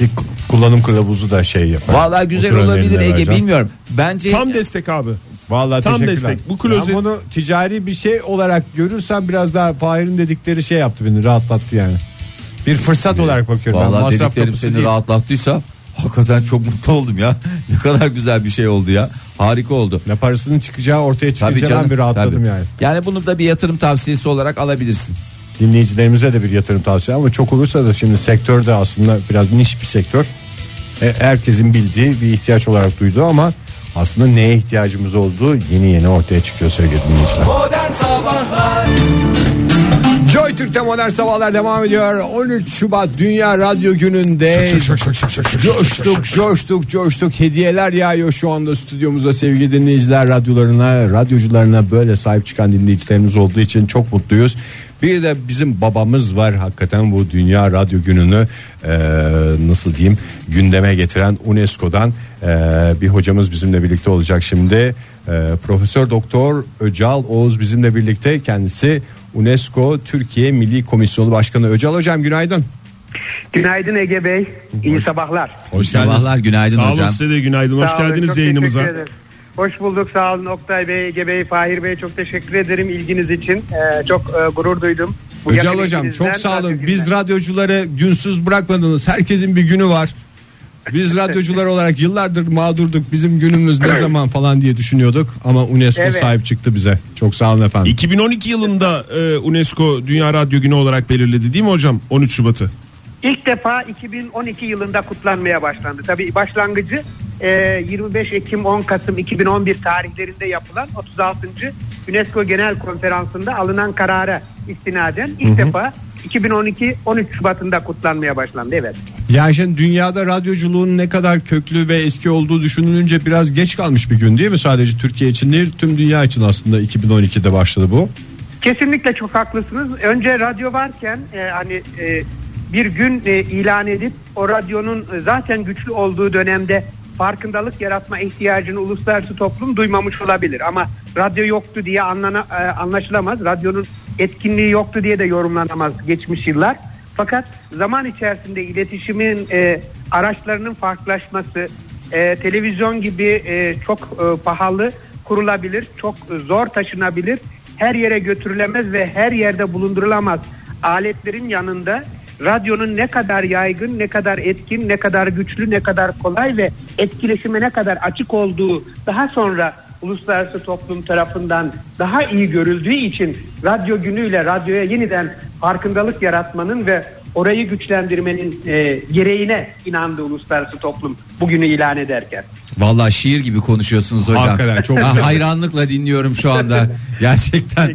[SPEAKER 3] Bir k- kullanım kılavuzu da şey yapar.
[SPEAKER 2] Vallahi güzel
[SPEAKER 3] Oturanın
[SPEAKER 2] olabilir
[SPEAKER 3] eline
[SPEAKER 2] Ege
[SPEAKER 3] vereceğim.
[SPEAKER 2] bilmiyorum. Bence
[SPEAKER 4] Tam destek abi.
[SPEAKER 3] Vallahi
[SPEAKER 4] Tam
[SPEAKER 3] teşekkürler.
[SPEAKER 4] destek. Bu klozet-
[SPEAKER 3] Ben bunu ticari bir şey olarak görürsem biraz daha Fahir'in dedikleri şey yaptı beni rahatlattı yani. Bir fırsat olarak bakıyorum. ben
[SPEAKER 2] Vallahi
[SPEAKER 3] masraf
[SPEAKER 2] dediklerim
[SPEAKER 3] kapısı
[SPEAKER 2] seni
[SPEAKER 3] değil.
[SPEAKER 2] rahatlattıysa hakikaten çok mutlu oldum ya. Ne kadar güzel bir şey oldu ya. Harika oldu.
[SPEAKER 3] Ne parasının çıkacağı ortaya çıkınca ben bir rahatladım
[SPEAKER 2] tabii.
[SPEAKER 3] yani.
[SPEAKER 2] Yani bunu da bir yatırım tavsiyesi olarak alabilirsin.
[SPEAKER 3] Dinleyicilerimize de bir yatırım tavsiye ama çok olursa da şimdi sektörde aslında biraz niş bir sektör. E, herkesin bildiği bir ihtiyaç olarak duyduğu ama aslında neye ihtiyacımız olduğu yeni yeni ortaya çıkıyor sevgili dinleyiciler. Joy Türk'te modern sabahlar devam ediyor. 13 Şubat Dünya Radyo Günü'nde coştuk coştuk coştuk hediyeler yağıyor şu anda stüdyomuza sevgili dinleyiciler radyolarına radyocularına böyle sahip çıkan dinleyicilerimiz olduğu için çok mutluyuz. Bir de bizim babamız var hakikaten bu Dünya Radyo Günü'nü eee, nasıl diyeyim gündeme getiren UNESCO'dan eee, bir hocamız bizimle birlikte olacak şimdi. Eee, Profesör Doktor Öcal Oğuz bizimle birlikte kendisi UNESCO Türkiye Milli Komisyonu Başkanı Öcal Hocam günaydın.
[SPEAKER 5] Günaydın Ege Bey. İyi sabahlar.
[SPEAKER 2] Hoş Sabahlar günaydın
[SPEAKER 4] Sağ olun
[SPEAKER 2] hocam.
[SPEAKER 4] size de günaydın. Hoş
[SPEAKER 5] Sağ olun,
[SPEAKER 4] geldiniz
[SPEAKER 5] çok
[SPEAKER 4] yayınımıza.
[SPEAKER 5] teşekkür ederim. Hoş bulduk sağ olun Oktay Bey, Ege Bey, Fahir Bey çok teşekkür ederim ilginiz için. Ee, çok e, gurur duydum. Bu
[SPEAKER 3] Öcal
[SPEAKER 5] yakın
[SPEAKER 3] hocam
[SPEAKER 5] ilginizden
[SPEAKER 3] çok sağ olun.
[SPEAKER 5] radyo
[SPEAKER 3] Biz
[SPEAKER 5] gününe.
[SPEAKER 3] radyocuları günsüz bırakmadınız. Herkesin bir günü var. Biz radyocular olarak yıllardır mağdurduk. Bizim günümüz ne zaman falan diye düşünüyorduk. Ama UNESCO
[SPEAKER 5] Evet.
[SPEAKER 3] sahip çıktı bize. Çok sağ olun efendim.
[SPEAKER 4] 2012 yılında e, UNESCO Dünya Radyo Günü olarak belirledi değil mi hocam? 13 Şubat'ı.
[SPEAKER 5] İlk defa 2012 yılında kutlanmaya başlandı. Tabii başlangıcı e, 25 Ekim 10 Kasım 2011 tarihlerinde yapılan 36. UNESCO Genel Konferansı'nda alınan karara istinaden ilk defa 2012 13 Şubat'ında kutlanmaya başlandı. Evet.
[SPEAKER 3] Yani şimdi dünyada radyoculuğun ne kadar köklü ve eski olduğu düşünülünce biraz geç kalmış bir gün değil mi? Sadece Türkiye için değil tüm dünya için aslında 2012'de başladı bu.
[SPEAKER 5] Kesinlikle çok haklısınız. Önce radyo varken e, hani e, bir gün e, ilan edip o radyonun e, zaten güçlü olduğu dönemde farkındalık yaratma ihtiyacını uluslararası toplum duymamış olabilir. Ama radyo yoktu diye anlana, e, anlaşılamaz. Radyonun etkinliği yoktu diye de yorumlanamaz geçmiş yıllar. Fakat zaman içerisinde iletişimin e, araçlarının farklılaşması, e, televizyon gibi e, çok e, pahalı kurulabilir, çok e, zor taşınabilir, her yere götürülemez ve her yerde bulundurulamaz aletlerin yanında radyonun ne kadar yaygın, ne kadar etkin, ne kadar güçlü, ne kadar kolay ve etkileşime ne kadar açık olduğu daha sonra uluslararası toplum tarafından daha iyi görüldüğü için radyo günüyle radyoya yeniden farkındalık yaratmanın ve orayı güçlendirmenin e, gereğine inandı uluslararası toplum bugünü ilan ederken.
[SPEAKER 2] Valla şiir gibi konuşuyorsunuz hocam.
[SPEAKER 3] Hakikaten çok
[SPEAKER 2] Ben
[SPEAKER 3] güzel.
[SPEAKER 2] hayranlıkla dinliyorum şu anda. Gerçekten.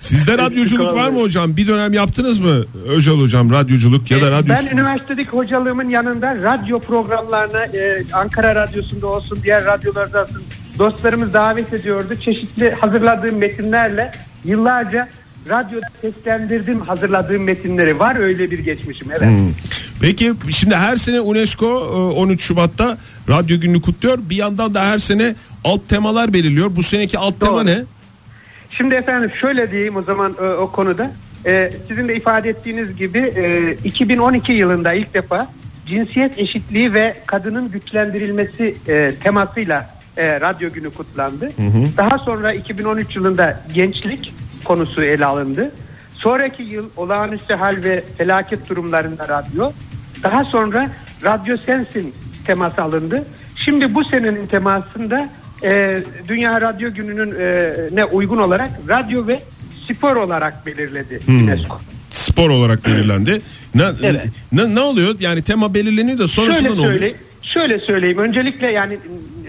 [SPEAKER 4] Sizde radyoculuk var mı hocam? Bir dönem yaptınız mı Öcal hocam radyoculuk ya da radyo?
[SPEAKER 5] E, Ben üniversitedeki hocalığımın yanında radyo programlarına e, Ankara Radyosu'nda olsun diğer radyolarda olsun dostlarımız davet ediyordu. Çeşitli hazırladığım metinlerle yıllarca radyoda seslendirdim hazırladığım metinleri. Var öyle bir geçmişim evet.
[SPEAKER 4] Peki şimdi her sene UNESCO e, 13 Şubat'ta radyo gününü kutluyor. Bir yandan da her sene alt temalar belirliyor. Bu seneki alt tema
[SPEAKER 5] Doğru.
[SPEAKER 4] ne?
[SPEAKER 5] Şimdi efendim şöyle diyeyim o zaman e, o konuda. E, sizin de ifade ettiğiniz gibi e, 2012 yılında ilk defa cinsiyet eşitliği ve kadının güçlendirilmesi e, temasıyla e, radyo günü kutlandı. Daha sonra 2013 yılında gençlik konusu ele alındı. Sonraki yıl olağanüstü hal ve felaket durumlarında radyo. Daha sonra radyo sensin teması alındı. Şimdi bu senenin temasında e, Dünya Radyo Günü'nün e, ne uygun olarak radyo ve spor olarak belirledi
[SPEAKER 4] Hmm.
[SPEAKER 5] UNESCO.
[SPEAKER 4] Spor olarak belirlendi. Ne,
[SPEAKER 5] Evet.
[SPEAKER 4] ne, ne oluyor? Yani tema belirleniyor da sonrasında
[SPEAKER 5] Şöyle
[SPEAKER 4] ne oluyor?
[SPEAKER 5] söyleyeyim. Şöyle söyleyeyim. Öncelikle yani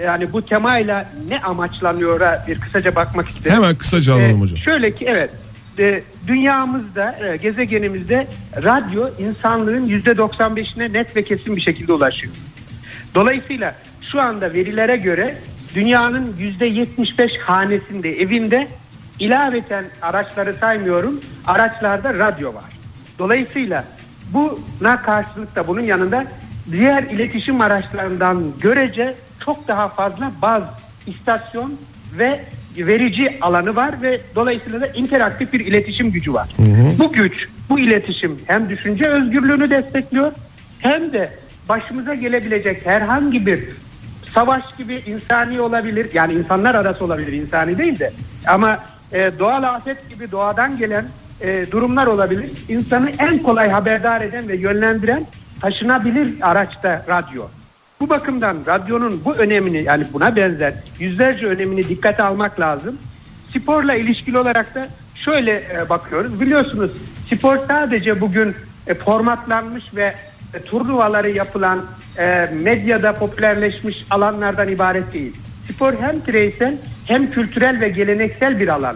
[SPEAKER 5] yani bu temayla ne amaçlanıyor'a bir kısaca bakmak isterim.
[SPEAKER 4] Hemen kısaca alalım
[SPEAKER 5] Ee,
[SPEAKER 4] hocam.
[SPEAKER 5] Şöyle ki evet e, dünyamızda e, gezegenimizde radyo insanlığın yüzde 95'ine net ve kesin bir şekilde ulaşıyor. Dolayısıyla şu anda verilere göre dünyanın yüzde 75 hanesinde evinde ilaveten araçları saymıyorum araçlarda radyo var. Dolayısıyla buna karşılık da bunun yanında diğer iletişim araçlarından görece çok daha fazla baz, istasyon ve verici alanı var ve dolayısıyla da interaktif bir iletişim gücü var. Bu güç, bu iletişim hem düşünce özgürlüğünü destekliyor hem de başımıza gelebilecek herhangi bir savaş gibi insani olabilir. Yani insanlar arası olabilir insani değil de. Ama e, doğal afet gibi doğadan gelen e, durumlar olabilir. İnsanı en kolay haberdar eden ve yönlendiren taşınabilir araçta radyo. Bu bakımdan radyonun bu önemini yani buna benzer yüzlerce önemini dikkate almak lazım. Sporla ilişkili olarak da şöyle e, bakıyoruz. Biliyorsunuz spor sadece bugün e, formatlanmış ve e, turnuvaları yapılan e, medyada popülerleşmiş alanlardan ibaret değil. Spor hem bireysel hem kültürel ve geleneksel bir alan.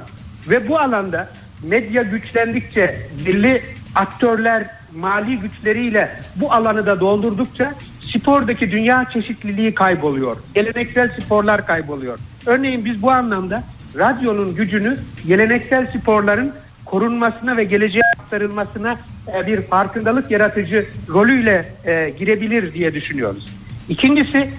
[SPEAKER 5] Ve bu alanda medya güçlendikçe belli aktörler mali güçleriyle bu alanı da doldurdukça spordaki dünya çeşitliliği kayboluyor. Geleneksel sporlar kayboluyor. Örneğin biz bu anlamda radyonun gücünü geleneksel sporların korunmasına ve geleceğe aktarılmasına e, bir farkındalık yaratıcı rolüyle e, girebilir diye düşünüyoruz. İkincisi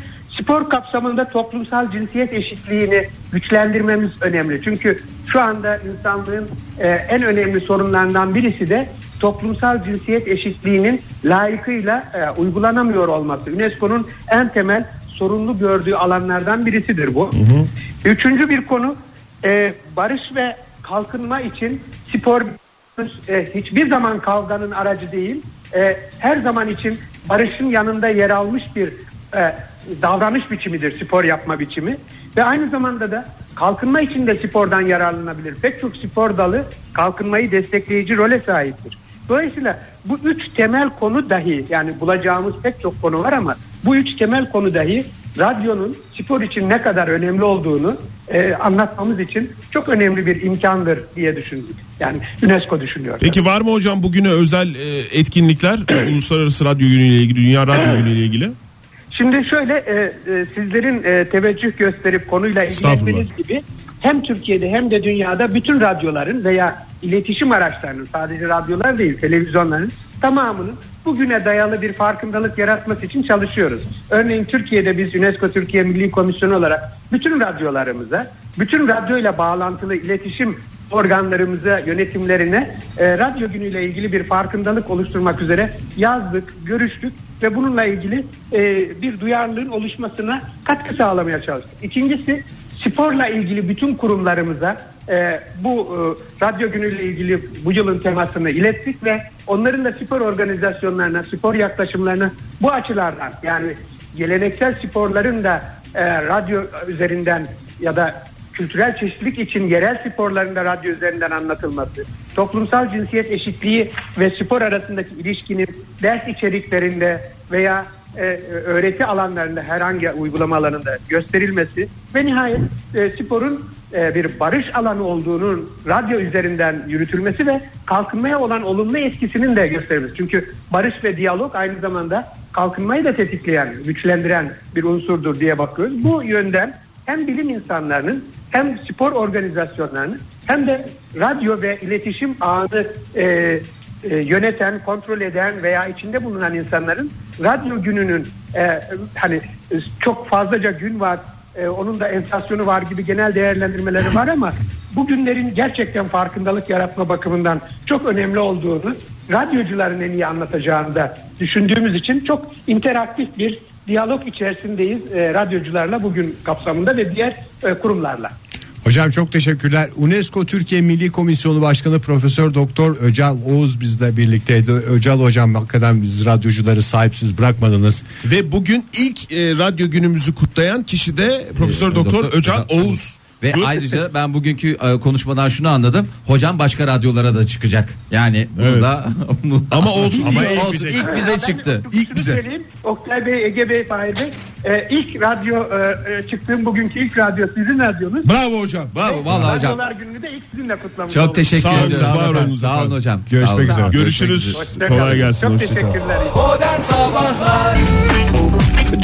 [SPEAKER 5] spor kapsamında toplumsal cinsiyet eşitliğini güçlendirmemiz önemli. Çünkü şu anda insanlığın e, en önemli sorunlarından birisi de toplumsal cinsiyet eşitliğinin layıkıyla e, uygulanamıyor olması. UNESCO'nun en temel sorunlu gördüğü alanlardan birisidir bu. Üçüncü bir konu e, barış ve kalkınma için spor e, hiçbir zaman kavganın aracı değil. E, her zaman için barışın yanında yer almış bir e, davranış biçimidir spor yapma biçimi. Ve aynı zamanda da kalkınma için de spordan yararlanabilir. Pek çok spor dalı kalkınmayı destekleyici role sahiptir. Dolayısıyla bu üç temel konu dahi yani bulacağımız pek çok konu var ama bu üç temel konu dahi radyonun spor için ne kadar önemli olduğunu e, anlatmamız için çok önemli bir imkandır diye düşündük. Yani UNESCO düşünüyor.
[SPEAKER 4] Peki var mı hocam bugüne özel e, etkinlikler e, uluslararası radyo günüyle ilgili, dünya radyo günüyle ilgili?
[SPEAKER 5] Şimdi şöyle e, e, sizlerin e, teveccüh gösterip konuyla ilgilendiğiniz
[SPEAKER 4] Estağfurullah.
[SPEAKER 5] gibi hem Türkiye'de hem de dünyada bütün radyoların veya iletişim araçlarının sadece radyolar değil televizyonların tamamının bugüne dayalı bir farkındalık yaratması için çalışıyoruz. Örneğin Türkiye'de biz UNESCO Türkiye Milli Komisyonu olarak bütün radyolarımıza, bütün radyoyla bağlantılı iletişim organlarımıza, yönetimlerine e, radyo günüyle ilgili bir farkındalık oluşturmak üzere yazdık, görüştük ve bununla ilgili e, bir duyarlılığın oluşmasına katkı sağlamaya çalıştık. İkincisi sporla ilgili bütün kurumlarımıza e, bu e, radyo günüyle ilgili bu yılın temasını ilettik ve onların da spor organizasyonlarına, spor yaklaşımlarına bu açılardan yani geleneksel sporların da e, radyo üzerinden ya da kültürel çeşitlilik için yerel sporlarında radyo üzerinden anlatılması, toplumsal cinsiyet eşitliği ve spor arasındaki ilişkinin ders içeriklerinde veya e, e, öğreti alanlarında herhangi uygulama alanında gösterilmesi ve nihayet e, sporun e, bir barış alanı olduğunun radyo üzerinden yürütülmesi ve kalkınmaya olan olumlu etkisinin de gösterilmesi. Çünkü barış ve diyalog aynı zamanda kalkınmayı da tetikleyen, güçlendiren bir unsurdur diye bakıyoruz. Bu yönden hem bilim insanlarının hem spor organizasyonlarının hem de radyo ve iletişim ağını e, e, yöneten, kontrol eden veya içinde bulunan insanların radyo gününün e, hani e, çok fazlaca gün var, e, onun da enflasyonu var gibi genel değerlendirmeleri var ama bu günlerin gerçekten farkındalık yaratma bakımından çok önemli olduğunu radyocuların en iyi anlatacağını da düşündüğümüz için çok interaktif bir diyalog içerisindeyiz e, radyocularla bugün kapsamında ve diğer e, kurumlarla.
[SPEAKER 3] Hocam çok teşekkürler. UNESCO Türkiye Milli Komisyonu Başkanı Profesör Doktor Öcal Oğuz bizle birlikteydi. Öcal hocam hakikaten biz radyocuları sahipsiz bırakmadınız.
[SPEAKER 4] Ve bugün ilk e, radyo günümüzü kutlayan kişi de Profesör E, Doktor Öcan Oğuz.
[SPEAKER 2] Ve
[SPEAKER 4] Buyurun.
[SPEAKER 2] ayrıca ben bugünkü e, konuşmadan şunu anladım. Hocam başka radyolara da çıkacak. Yani bunu
[SPEAKER 4] Evet.
[SPEAKER 2] da bunu da-
[SPEAKER 4] Ama olsun,
[SPEAKER 2] Ama
[SPEAKER 4] ilk
[SPEAKER 2] olsun,
[SPEAKER 4] bize
[SPEAKER 2] ilk bize çıktı.
[SPEAKER 4] İlk bize.
[SPEAKER 5] Söyleyeyim. Oktay Bey, Ege Bey, Fahir Bey. e, ilk radyo e, e, çıktığım bugünkü ilk radyo sizin radyonuz.
[SPEAKER 4] Bravo hocam.
[SPEAKER 2] Bravo vallahi hocam.
[SPEAKER 5] Radyolar gününü de ilk sizinle kutlamış
[SPEAKER 2] Çok
[SPEAKER 5] olduk.
[SPEAKER 2] teşekkür
[SPEAKER 4] Sağ olun,
[SPEAKER 2] ediyorum.
[SPEAKER 4] var
[SPEAKER 2] Sağ olun,
[SPEAKER 4] olunuz
[SPEAKER 2] sağ olun
[SPEAKER 4] efendim.
[SPEAKER 2] hocam.
[SPEAKER 3] Görüşmek
[SPEAKER 2] Sağ olun.
[SPEAKER 3] üzere.
[SPEAKER 4] Görüşürüz.
[SPEAKER 5] Hoşça kalın.
[SPEAKER 4] Kolay gelsin.
[SPEAKER 5] Çok
[SPEAKER 4] hoşça kalın.
[SPEAKER 5] teşekkürler.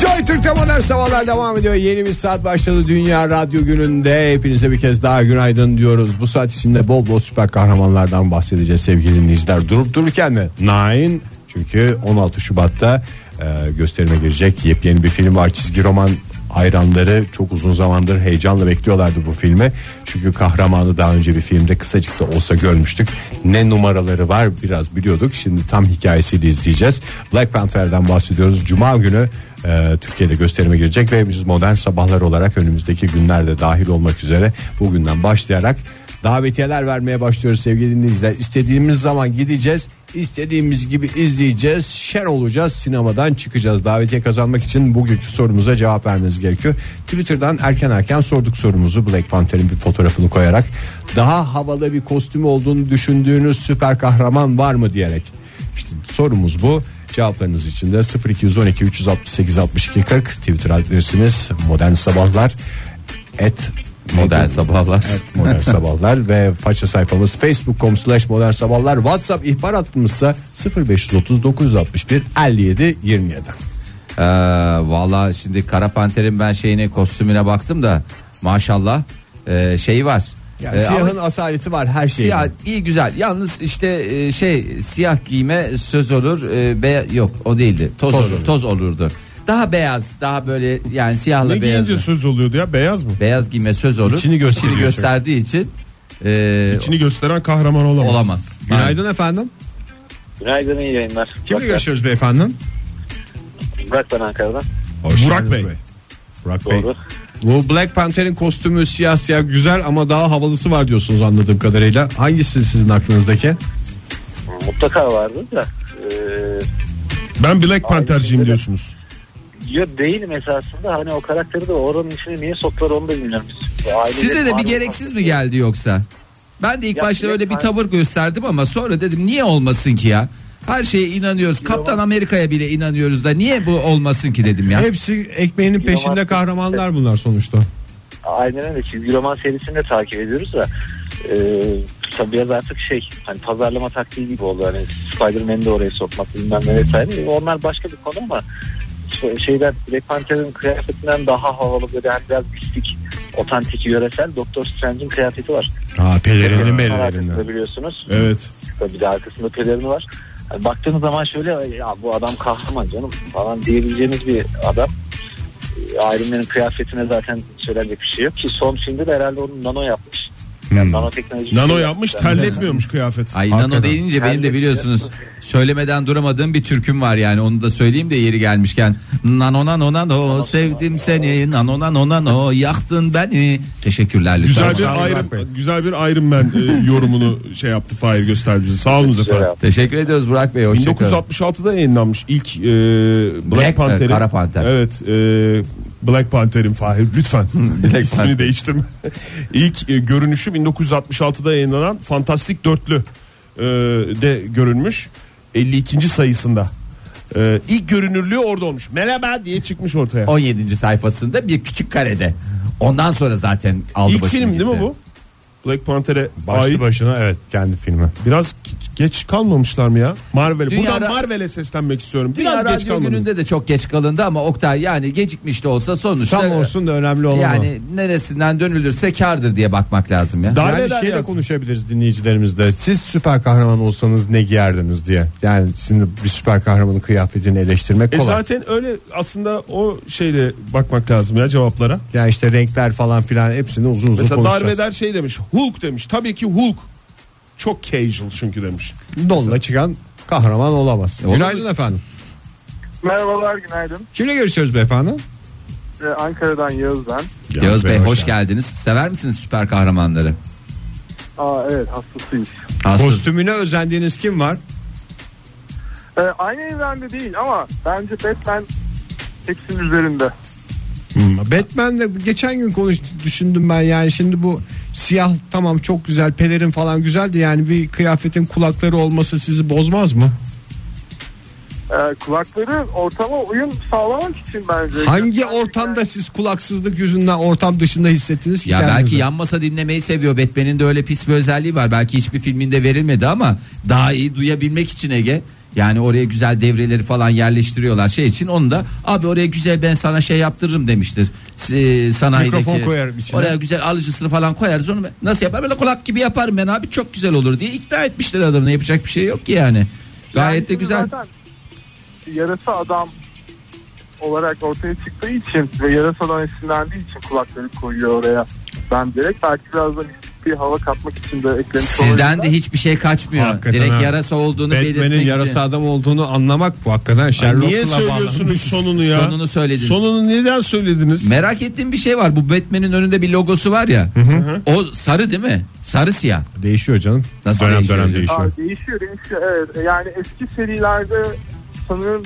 [SPEAKER 3] Joy Türk'te modern sabahlar devam ediyor. Yeni bir saat başladı. Dünya Radyo Günü'nde hepinize bir kez daha günaydın diyoruz. Bu saat içinde bol bol süper kahramanlardan bahsedeceğiz sevgili dinleyiciler. Durup dururken de Nine çünkü 16 Şubat'ta e, gösterime girecek yepyeni bir film var. Çizgi roman hayranları çok uzun zamandır heyecanla bekliyorlardı bu filmi. Çünkü kahramanı daha önce bir filmde kısacık da olsa görmüştük. Ne numaraları var biraz biliyorduk. Şimdi tam hikayesiyle izleyeceğiz. Black Panther'dan bahsediyoruz. Cuma günü e, Türkiye'de gösterime girecek ve biz modern sabahlar olarak önümüzdeki günlerde dahil olmak üzere bugünden başlayarak davetiyeler vermeye başlıyoruz sevgili dinleyiciler. İstediğimiz zaman gideceğiz, istediğimiz gibi izleyeceğiz, şer olacağız, sinemadan çıkacağız. Davetiye kazanmak için bugünkü sorumuza cevap vermeniz gerekiyor. Twitter'dan erken erken sorduk sorumuzu Black Panther'in bir fotoğrafını koyarak daha havalı bir kostüm olduğunu düşündüğünüz süper kahraman var mı diyerek. İşte sorumuz bu. Cevaplarınız için de 0212 368 62 40 Twitter adresimiz Modern Sabahlar et
[SPEAKER 2] Modern sabahlar.
[SPEAKER 3] Evet, modern sabahlar ve faça sayfamız facebook.com slash modern sabahlar whatsapp ihbar hattımızsa 0530 961 57 27
[SPEAKER 2] Ee, Valla şimdi Kara Panter'in ben şeyine kostümüne baktım da maşallah e, şeyi var.
[SPEAKER 3] yani
[SPEAKER 2] Ee,
[SPEAKER 3] siyahın
[SPEAKER 2] ama
[SPEAKER 3] asaleti var her şeyde
[SPEAKER 2] siyah iyi güzel. Yalnız işte e, şey siyah giyme söz olur. e, be yok o değildi. Toz,
[SPEAKER 3] Toz
[SPEAKER 2] olur,
[SPEAKER 3] olur.
[SPEAKER 2] toz olurdu. Daha beyaz, daha böyle yani
[SPEAKER 4] Ne
[SPEAKER 2] siyahla beyaz.
[SPEAKER 4] giyince söz oluyordu ya beyaz mı?
[SPEAKER 2] Beyaz giyme söz olur.
[SPEAKER 3] İçini gösteriyor çünkü.
[SPEAKER 2] gösterdiği için e,
[SPEAKER 4] İçini gösteren kahraman olamaz.
[SPEAKER 2] olamaz.
[SPEAKER 3] günaydın efendim
[SPEAKER 6] Günaydın iyi yayınlar.
[SPEAKER 3] kimle
[SPEAKER 6] Burak-
[SPEAKER 3] görüşüyoruz beyefendi
[SPEAKER 6] Burak ben Ankara'dan.
[SPEAKER 3] Hoş
[SPEAKER 4] Burak
[SPEAKER 3] geldiniz
[SPEAKER 4] Bey.
[SPEAKER 3] Burak Bey
[SPEAKER 6] Doğru.
[SPEAKER 3] Bu Black Panther'in kostümü siyah siyah güzel ama daha havalısı var diyorsunuz anladığım kadarıyla. Hangisi sizin aklınızdaki?
[SPEAKER 6] Mutlaka vardı da. e,
[SPEAKER 4] Ben Black Panther'ciyim
[SPEAKER 6] şimdi de-
[SPEAKER 4] diyorsunuz.
[SPEAKER 6] Ya değilim esasında hani o karakteri de oranın içine niye soktular onu da bilmiyorum. Biz ailece-
[SPEAKER 2] Size de bir
[SPEAKER 6] Marvel
[SPEAKER 2] gereksiz mi
[SPEAKER 6] karakteri-
[SPEAKER 2] geldi yoksa? Ben de ilk
[SPEAKER 6] Ya
[SPEAKER 2] başta
[SPEAKER 6] direkt
[SPEAKER 2] öyle bir
[SPEAKER 6] ben-
[SPEAKER 2] tavır gösterdim ama sonra dedim niye olmasın ki ya? Her şeye inanıyoruz. Kaptan Amerika'ya bile inanıyoruz da niye bu olmasın ki dedim ya.
[SPEAKER 3] Hepsi ekmeğinin peşinde
[SPEAKER 6] Kilometre-
[SPEAKER 3] kahramanlar bunlar sonuçta.
[SPEAKER 6] Aynen öyle çizgi roman serisini de takip ediyoruz da. E, tabii biraz artık şey hani pazarlama taktiği gibi oldu. Hani Spider-Man'i de oraya sokmak bilmem ne vesaire. Onlar başka bir konu ama işte şeyden Black Panther'ın kıyafetinden daha havalı böyle hani biraz mistik otantik yöresel Doktor Strange'in kıyafeti var.
[SPEAKER 3] Ha pelerinin
[SPEAKER 6] Onun arkasında biliyorsunuz.
[SPEAKER 4] Evet.
[SPEAKER 6] Tabii bir de arkasında pelerini var. Yani baktığınız zaman şöyle ya bu adam kahraman canım falan diyebileceğiniz bir adam. E, Iron Man'in kıyafetine zaten söylenecek bir şey yok ki son filmde de herhalde onu nano yapmış. Yani nanoteknoloji
[SPEAKER 4] Hmm. Nano
[SPEAKER 6] şey
[SPEAKER 4] yapmış
[SPEAKER 6] yapmış.
[SPEAKER 4] terletmiyormuş kıyafet.
[SPEAKER 2] Ay nano deyince benim de biliyorsunuz söylemeden duramadığım bir türküm var yani onu da söyleyeyim de yeri gelmişken. Nano nano nano sevdim seni nano nano nano yaktın beni. Teşekkürler lütfen.
[SPEAKER 4] Güzel bir Iron, güzel bir Iron Man e, yorumunu şey yaptı Fahir gösterdi bize. Sağ olun
[SPEAKER 6] Güzel
[SPEAKER 4] efendim.
[SPEAKER 6] yaptı.
[SPEAKER 2] Teşekkür ediyoruz Burak Bey hoşçakalın.
[SPEAKER 4] 1966'da yayınlanmış ilk e,
[SPEAKER 2] Black-
[SPEAKER 4] Black Panther'in.
[SPEAKER 2] Kara Panter.
[SPEAKER 4] Evet. e, Black Panther'in Fahir lütfen.
[SPEAKER 2] Black Panther.
[SPEAKER 4] İsmini değiştirme. İlk e, görünüşü 1966'da yayınlanan Fantastik Dörtlü e, de görünmüş. 52. sayısında. E, ilk görünürlüğü orada olmuş. Merhaba diye çıkmış ortaya.
[SPEAKER 2] 17. sayfasında bir küçük karede. Ondan sonra zaten aldı
[SPEAKER 4] İlk
[SPEAKER 2] başını
[SPEAKER 4] film değil mi
[SPEAKER 2] gitti.
[SPEAKER 4] bu? Black Panther'e
[SPEAKER 3] Başlı
[SPEAKER 4] ait.
[SPEAKER 3] başına evet kendi filmi.
[SPEAKER 4] Biraz geç kalmamışlar mı ya? Marvel.
[SPEAKER 2] Dünya
[SPEAKER 4] Buradan
[SPEAKER 2] ra-
[SPEAKER 4] Marvel'e seslenmek istiyorum.
[SPEAKER 2] Dünya
[SPEAKER 4] Biraz geç
[SPEAKER 2] Radyo
[SPEAKER 4] kalmadınız.
[SPEAKER 2] gününde de çok geç kalındı ama Oktay yani gecikmiş de olsa sonuçta
[SPEAKER 3] Tam olsun da önemli olan yani,
[SPEAKER 2] yani neresinden dönülürse kardır diye bakmak lazım ya.
[SPEAKER 3] o.
[SPEAKER 4] Darbe
[SPEAKER 3] Yani
[SPEAKER 4] eder
[SPEAKER 3] şeyle
[SPEAKER 4] ya.
[SPEAKER 3] konuşabiliriz dinleyicilerimizle. Siz süper kahraman olsanız ne giyerdiniz diye. Yani şimdi bir süper kahramanın kıyafetini eleştirmek
[SPEAKER 4] E
[SPEAKER 3] kolay.
[SPEAKER 4] zaten öyle aslında o şeyle bakmak lazım ya cevaplara.
[SPEAKER 3] Ya işte renkler falan filan hepsini uzun uzun
[SPEAKER 4] Mesela
[SPEAKER 3] konuşacağız.
[SPEAKER 4] darbeder şey demiş. Hulk demiş. Tabii ki Hulk. Çok casual çünkü demiş.
[SPEAKER 3] Donla çıkan kahraman olamaz. Günaydın efendim.
[SPEAKER 7] Merhabalar günaydın.
[SPEAKER 3] Kimle görüşüyoruz beyefendi?
[SPEAKER 7] Ee, Ankara'dan Yağız ben.
[SPEAKER 2] Yağız Bey hoş geldiniz. Sever misiniz süper kahramanları?
[SPEAKER 7] Aa, evet hastasıyız.
[SPEAKER 2] Aslında
[SPEAKER 3] Kostümüne özendiğiniz kim var?
[SPEAKER 7] Ee, aynı evrende değil ama bence Batman hepsinin üzerinde.
[SPEAKER 3] Hmm, Batman'le geçen gün konuş düşündüm ben yani şimdi bu siyah tamam çok güzel pelerin falan güzeldi yani bir kıyafetin kulakları olması sizi bozmaz mı?
[SPEAKER 7] Ee, kulakları ortama uyum sağlamak için bence.
[SPEAKER 3] Hangi ortamda siz kulaksızlık yüzünden ortam dışında hissettiniz ki?
[SPEAKER 2] ya
[SPEAKER 3] kendinizi?
[SPEAKER 2] belki yan masa dinlemeyi seviyor. Batman'in de öyle pis bir özelliği var. Belki hiçbir filminde verilmedi ama daha iyi duyabilmek için Ege. Yani oraya güzel devreleri falan yerleştiriyorlar şey için. Onu da abi oraya güzel ben sana şey yaptırırım demiştir. S- e, sanayideki.
[SPEAKER 3] Mikrofon koyarım içine.
[SPEAKER 2] Oraya güzel alıcısını falan koyarız onu. ben- Nasıl yapar? Böyle kulak gibi yaparım ben abi çok güzel olur diye ikna etmişler adamına. Yapacak bir şey yok ki yani. Gayet de
[SPEAKER 7] Yani
[SPEAKER 2] güzel.
[SPEAKER 7] zaten Yarasa adam olarak ortaya çıktığı için ve yarasadan esinlendiği için kulakları koyuyor oraya. Ben direkt belki biraz da mistik bir hava katmak için de eklemiş
[SPEAKER 2] Sizden
[SPEAKER 7] olabilirler.
[SPEAKER 2] de hiçbir şey kaçmıyor.
[SPEAKER 3] Hakikaten
[SPEAKER 2] Direkt
[SPEAKER 3] ha.
[SPEAKER 2] yarasa olduğunu belirtmek
[SPEAKER 3] Batman'in
[SPEAKER 2] için.
[SPEAKER 3] yarası adam olduğunu anlamak bu hakikaten Sherlock'la
[SPEAKER 4] niye söylüyorsunuz
[SPEAKER 3] bağlanmış.
[SPEAKER 4] sonunu ya?
[SPEAKER 2] Sonunu söylediniz.
[SPEAKER 4] Sonunu neden söylediniz?
[SPEAKER 2] Merak ettiğim bir şey var. Bu Batman'in önünde bir logosu var ya. O sarı değil mi? Sarı siyah.
[SPEAKER 3] Değişiyor canım.
[SPEAKER 2] Nasıl
[SPEAKER 3] dönem
[SPEAKER 2] değişiyor?
[SPEAKER 3] dönem değişiyor.
[SPEAKER 7] Aa, değişiyor değişiyor evet. E, Yani eski serilerde sanırım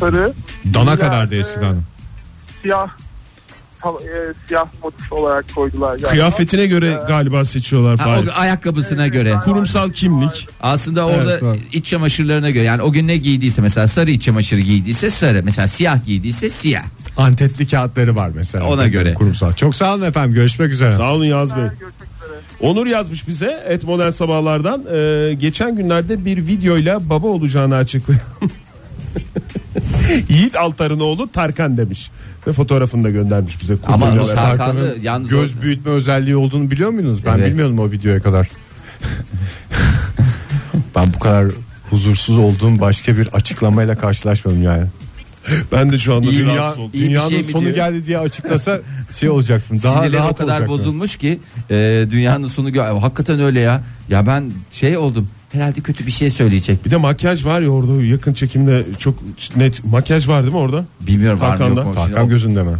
[SPEAKER 7] sarı
[SPEAKER 3] Dana
[SPEAKER 7] ileride
[SPEAKER 3] kadar da eskiden.
[SPEAKER 7] siyah tam- e, siyah motif olarak koydular. galiba.
[SPEAKER 4] Kıyafetine göre galiba seçiyorlar
[SPEAKER 2] Ha,
[SPEAKER 4] Fahir.
[SPEAKER 2] o ayakkabısına göre.
[SPEAKER 4] Kurumsal kimlik.
[SPEAKER 2] Aslında orada
[SPEAKER 3] Evet, doğru.
[SPEAKER 2] iç çamaşırlarına göre. Yani o gün ne giydiyse mesela sarı iç çamaşırı giydiyse sarı. Mesela siyah giydiyse siyah.
[SPEAKER 3] Antetli kağıtları var mesela.
[SPEAKER 2] Ona göre.
[SPEAKER 3] Kurumsal. Çok sağ olun efendim. Görüşmek üzere.
[SPEAKER 4] Sağ olun Yaz Bey.
[SPEAKER 7] Görüşmek üzere.
[SPEAKER 4] Onur yazmış bize et modern sabahlardan Ee, geçen günlerde bir videoyla baba olacağını açıklayan Yiğit Altar'ın oğlu Tarkan demiş ve fotoğrafını da göndermiş bize.
[SPEAKER 2] Ama
[SPEAKER 4] Kurduyla
[SPEAKER 2] o
[SPEAKER 4] beraber.
[SPEAKER 2] Tarkan'ı
[SPEAKER 3] Tarkan'ın
[SPEAKER 2] yalnız
[SPEAKER 3] göz büyütme özelliği olduğunu biliyor muydunuz? Ben
[SPEAKER 2] Evet.
[SPEAKER 3] bilmiyordum o videoya kadar. ben bu kadar huzursuz olduğum başka bir açıklamayla karşılaşmadım yani.
[SPEAKER 4] ben de şu anda
[SPEAKER 2] İyi
[SPEAKER 4] bir
[SPEAKER 2] ya,
[SPEAKER 4] rahatsız oldum.
[SPEAKER 2] iyi bir
[SPEAKER 3] Dünyanın
[SPEAKER 2] şey mi
[SPEAKER 3] sonu
[SPEAKER 2] diyor?
[SPEAKER 3] geldi diye açıklasa şey olacaktım. Daha
[SPEAKER 2] Sinirleri
[SPEAKER 3] rahat
[SPEAKER 2] o kadar
[SPEAKER 3] olacaktım.
[SPEAKER 2] bozulmuş ki e, dünyanın sonu gö- hakikaten öyle ya. Ya ben şey oldum. Herhalde kötü bir şey söyleyecek.
[SPEAKER 4] Bir de makyaj var ya orada yakın çekimde çok net makyaj var değil mi orada?
[SPEAKER 2] Bilmiyorum var mı
[SPEAKER 4] Tarkan'da.
[SPEAKER 2] yok mu? Şimdi
[SPEAKER 3] Tarkan
[SPEAKER 2] o-
[SPEAKER 3] gözünde mi?